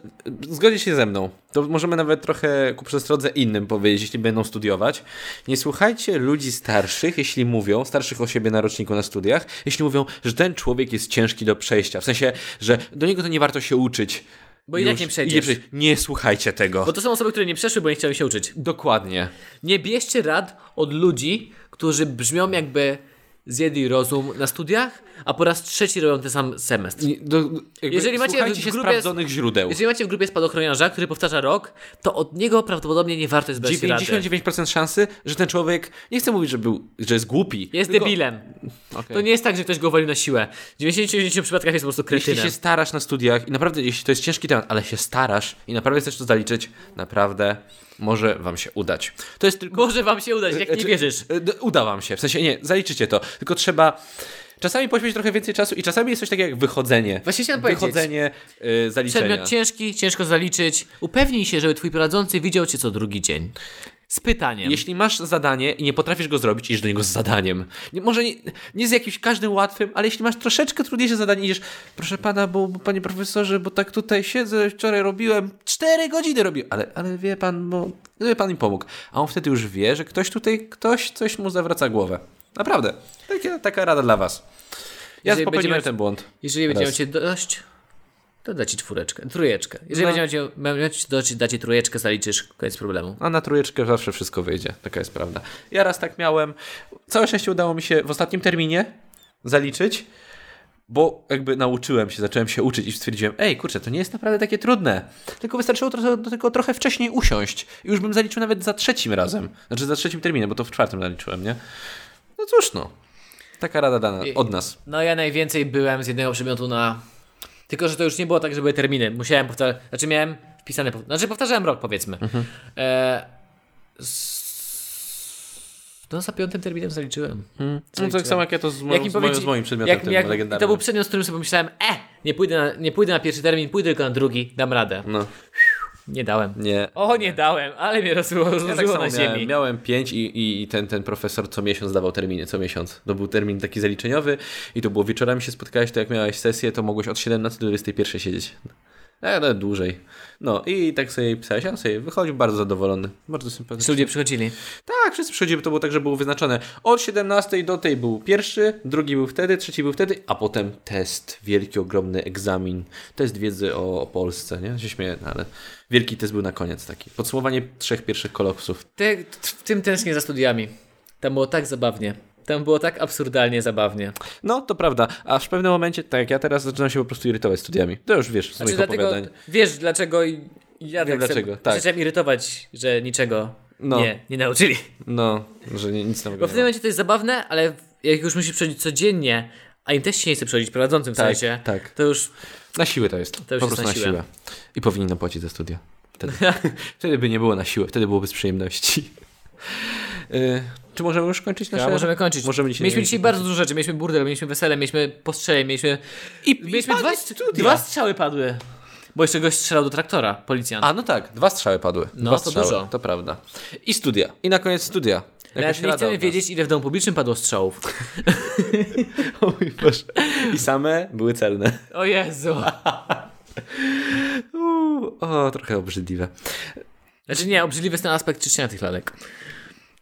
Speaker 1: zgodzi się ze mną. To możemy nawet trochę ku przestrodze innym powiedzieć, jeśli będą studiować. Nie słuchajcie ludzi starszych, jeśli mówią, starszych o siebie na roczniku na studiach, jeśli mówią, że ten człowiek jest ciężki do przejścia. W sensie, że do niego to nie warto się uczyć.
Speaker 2: Bo i tak
Speaker 1: Już-
Speaker 2: nie przejdziesz.
Speaker 1: i Nie, przejdziesz. nie słuchajcie tego.
Speaker 2: Bo to są osoby, które nie przeszły, bo nie chciały się uczyć.
Speaker 1: Dokładnie.
Speaker 2: Nie bierzcie rad od ludzi, którzy brzmią jakby zjedli rozum na studiach, a po raz trzeci robią ten sam semestr.
Speaker 1: Nie- Do, jakby
Speaker 2: Jeżeli macie
Speaker 1: słuchajcie
Speaker 2: w
Speaker 1: się
Speaker 2: grupie-
Speaker 1: sprawdzonych źródeł.
Speaker 2: Jeżeli macie w grupie spadochroniarza, który powtarza rok, to od niego prawdopodobnie nie warto jest brać rady.
Speaker 1: 99% szansy, że ten człowiek, nie chcę mówić, że, był, że jest głupi.
Speaker 2: Jest
Speaker 1: tylko-
Speaker 2: debilem.
Speaker 1: Okej.
Speaker 2: To nie jest tak, że ktoś go walił na siłę. W 99 przypadkach jest po prostu
Speaker 1: Jeśli
Speaker 2: kretynem.
Speaker 1: się starasz na studiach i naprawdę, jeśli to jest ciężki temat, ale się starasz i naprawdę chcesz to zaliczyć, naprawdę może wam się udać. To jest tylko...
Speaker 2: Może wam się udać, jak nie
Speaker 1: Znaczy,
Speaker 2: wierzysz.
Speaker 1: e, d- Uda wam się, w sensie nie, zaliczycie to, tylko trzeba... Czasami poświęcić trochę więcej czasu i czasami jest coś takiego jak wychodzenie.
Speaker 2: Właśnie chciałem powiedzieć.
Speaker 1: Wychodzenie y, zaliczenia.
Speaker 2: Przedmiot ciężki, ciężko zaliczyć. Upewnij się, żeby twój prowadzący widział cię co drugi dzień. Z pytaniem.
Speaker 1: Jeśli masz zadanie i nie potrafisz go zrobić, idziesz do niego z zadaniem. Nie, może nie, nie z jakimś każdym łatwym, ale jeśli masz troszeczkę trudniejsze zadanie, idziesz, proszę pana, bo, bo panie profesorze, bo tak tutaj siedzę, wczoraj robiłem, cztery godziny robiłem, ale, ale wie pan, bo gdyby pan mi pomógł. A on wtedy już wie, że ktoś tutaj, ktoś coś mu zawraca głowę. Naprawdę. Taka, taka rada dla was. Ja
Speaker 2: Jeżeli
Speaker 1: popełniłem
Speaker 2: będziemy-
Speaker 1: ten błąd.
Speaker 2: Jeżeli będzie miał
Speaker 1: Raz.
Speaker 2: cię dość, to da ci czwóreczkę, trójeczkę. Jeżeli
Speaker 1: No.
Speaker 2: będzie miał cię- miał miał cię dość, da ci trójeczkę, zaliczysz, koniec problemu.
Speaker 1: A na trójeczkę zawsze wszystko wyjdzie. Taka jest prawda. Ja raz tak miałem. Całe szczęście udało mi się w ostatnim terminie zaliczyć. bo jakby nauczyłem się, zacząłem się uczyć i stwierdziłem, ej, kurczę, to nie jest naprawdę takie trudne. Tylko wystarczyło trochę, do tego trochę wcześniej usiąść i już bym zaliczył nawet za trzecim razem. Znaczy za trzecim terminem, bo to w czwartym zaliczyłem, nie? No cóż no. Taka rada dana od nas.
Speaker 2: No ja najwięcej byłem z jednego przedmiotu na... Tylko, że to już nie było tak, że były terminy. Musiałem powtarzać... Znaczy miałem wpisane... pow- Znaczy powtarzałem rok, powiedzmy.
Speaker 1: Mhm.
Speaker 2: E... S... No za piątym terminem zaliczyłem.
Speaker 1: No tak samo jak ja to z, moją, z, moją,
Speaker 2: powiedzi-
Speaker 1: z moim przedmiotem
Speaker 2: jak-
Speaker 1: tym
Speaker 2: jak- i
Speaker 1: legendarnym.
Speaker 2: To był przedmiot, z którym sobie pomyślałem, e, nie pójdę, na, nie pójdę na pierwszy termin, pójdę tylko na drugi, dam radę.
Speaker 1: No,
Speaker 2: Nie dałem.
Speaker 1: nie.
Speaker 2: O, nie dałem, ale mnie rozło,
Speaker 1: Ja tak
Speaker 2: rozłożyło na tak ziemi.
Speaker 1: miałem, miałem pięć i, i, i ten, ten profesor co miesiąc dawał terminy, co miesiąc. To był termin taki zaliczeniowy i to było wieczorami się spotkałeś, to jak miałeś sesję, to mogłeś od 17 do 21 siedzieć. E, no, dłużej. No i tak sobie pisałeś, ja sobie wychodził bardzo zadowolony. Bardzo
Speaker 2: Czy
Speaker 1: sympatyczny.
Speaker 2: ludzie przychodzili?
Speaker 1: Tak, wszyscy przychodzili, bo to było tak, że było wyznaczone. Od 17 do tej był pierwszy, drugi był wtedy, trzeci był wtedy, a potem test, wielki, ogromny egzamin, test wiedzy o, o Polsce, nie? Ja Się śmieję, no, ale wielki test był na koniec taki. Podsumowanie trzech pierwszych kolokwiów.
Speaker 2: Te, t- w tym tęsknię za studiami. Tam było tak zabawnie. Tam było tak absurdalnie zabawnie. Znaczy,
Speaker 1: No, to prawda, a w pewnym momencie, tak jak ja teraz, zaczynam się po prostu irytować studiami. To już wiesz z moich
Speaker 2: Znaczy, dlatego,
Speaker 1: opowiadań.
Speaker 2: wiesz dlaczego i- ja
Speaker 1: Wiem
Speaker 2: tak
Speaker 1: dlaczego,
Speaker 2: sobie
Speaker 1: tak.
Speaker 2: zacząłem irytować, że niczego
Speaker 1: No.
Speaker 2: nie, nie nauczyli.
Speaker 1: No, że nie, nic nowego
Speaker 2: Bo w
Speaker 1: nie
Speaker 2: tym
Speaker 1: ma.
Speaker 2: momencie to jest zabawne, ale jak już musisz przechodzić codziennie, a im też się nie chce przechodzić prowadzącym w
Speaker 1: Tak,
Speaker 2: sensie,
Speaker 1: tak.
Speaker 2: to już
Speaker 1: Na siłę to jest.
Speaker 2: już
Speaker 1: po
Speaker 2: jest
Speaker 1: prostu
Speaker 2: na
Speaker 1: na
Speaker 2: siłę.
Speaker 1: siłę. I powinni nam płacić za studia.
Speaker 2: [LAUGHS]
Speaker 1: Wtedy. wtedy by nie było na siłę, wtedy byłoby z przyjemności. [LAUGHS] Y, czy możemy już kończyć nasze...
Speaker 2: Nasze... możemy kończyć.
Speaker 1: Możemy dzisiaj...
Speaker 2: mieliśmy dzisiaj bardzo dużo rzeczy. Mieliśmy burdel, mieliśmy wesele, mieliśmy postrzele, mieliśmy...
Speaker 1: I,
Speaker 2: Mieliśmy
Speaker 1: padły
Speaker 2: dwa,
Speaker 1: studia.
Speaker 2: dwa strzały padły. Bo jeszcze gość strzelał do traktora, policjant.
Speaker 1: A no tak, dwa strzały padły.
Speaker 2: No,
Speaker 1: dwa
Speaker 2: to
Speaker 1: strzały,
Speaker 2: dużo.
Speaker 1: To prawda. I studia. I na koniec studia.
Speaker 2: Nawet nie
Speaker 1: rada
Speaker 2: chcemy
Speaker 1: od nas.
Speaker 2: wiedzieć, ile w domu publicznym padło strzałów.
Speaker 1: [LAUGHS] O mój Boże. I same były celne.
Speaker 2: O Jezu.
Speaker 1: Uuu, o, trochę obrzydliwe.
Speaker 2: Znaczy nie, obrzydliwy jest ten aspekt czyszczenia tych lalek.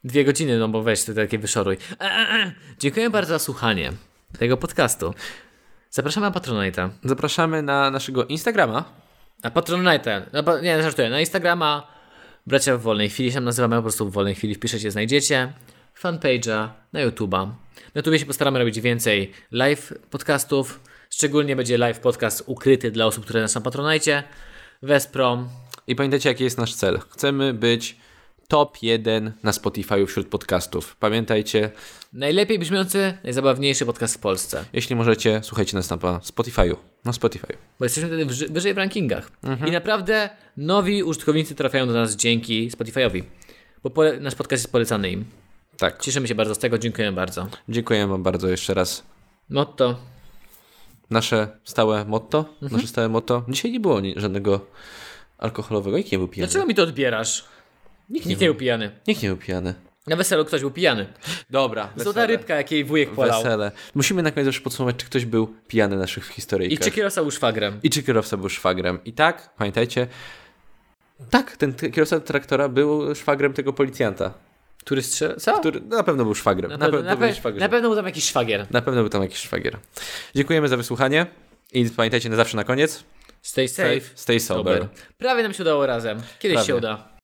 Speaker 2: Dwie godziny, no bo weź, to takie wyszoruj. E, e, e. Dziękuję bardzo za słuchanie tego podcastu. Zapraszamy na Patronite'a.
Speaker 1: Zapraszamy na naszego Instagrama.
Speaker 2: Na Patronite'a. Na, No, pa- nie, żartuję. Na Instagrama Bracia w Wolnej Chwili się tam nazywamy po prostu w Wolnej Chwili. Wpiszecie, znajdziecie. Fanpage'a na YouTube'a. Na YouTubie się postaramy robić więcej live podcastów. Szczególnie będzie live podcast ukryty dla osób, które nas na Patronite. Wesprom.
Speaker 1: I pamiętajcie, jaki jest nasz cel. Chcemy być top 1 na Spotify wśród podcastów. Pamiętajcie,
Speaker 2: Najlepiej brzmiący, najzabawniejszy podcast w Polsce.
Speaker 1: jeśli możecie, słuchajcie nas na Spotify. Na Spotify.
Speaker 2: Bo jesteśmy wtedy wyżej- wyżej w rankingach. I naprawdę nowi użytkownicy trafiają do nas dzięki Spotify'owi. Bo pole- nasz podcast jest polecany im.
Speaker 1: Tak.
Speaker 2: Cieszymy się bardzo z tego, dziękujemy bardzo.
Speaker 1: Dziękuję Wam bardzo jeszcze raz.
Speaker 2: No to
Speaker 1: Nasze stałe motto.
Speaker 2: Mhm.
Speaker 1: Nasze stałe motto. Dzisiaj nie było ni- żadnego alkoholowego. Nikt nie był pijany.
Speaker 2: Dlaczego mi to odbierasz? Nikt, nie był pijany.
Speaker 1: Nikt nie był pijany.
Speaker 2: Na weselu ktoś był pijany.
Speaker 1: Dobra.
Speaker 2: Złota rybka, jakiej wujek polał.
Speaker 1: Wesele. Musimy na koniec zawsze podsumować, czy ktoś był pijany w naszych
Speaker 2: I
Speaker 1: historyjkach.
Speaker 2: czy kierosa był szwagrem?
Speaker 1: I czy kierowca był szwagrem? I tak, pamiętajcie, tak, ten t- kierowca traktora był szwagrem tego policjanta,
Speaker 2: Który strzelał? Co?
Speaker 1: który na pewno był szwagrem. Na, pewno,
Speaker 2: na,
Speaker 1: był
Speaker 2: pe-
Speaker 1: szwagrem.
Speaker 2: na pewno był tam jakiś szwagier.
Speaker 1: na pewno był tam jakiś szwagier. Dziękujemy za wysłuchanie i pamiętajcie na zawsze na koniec,
Speaker 2: Stay safe.
Speaker 1: stay sober.
Speaker 2: Prawie nam się udało razem. Kiedyś
Speaker 1: Prawie.
Speaker 2: się uda.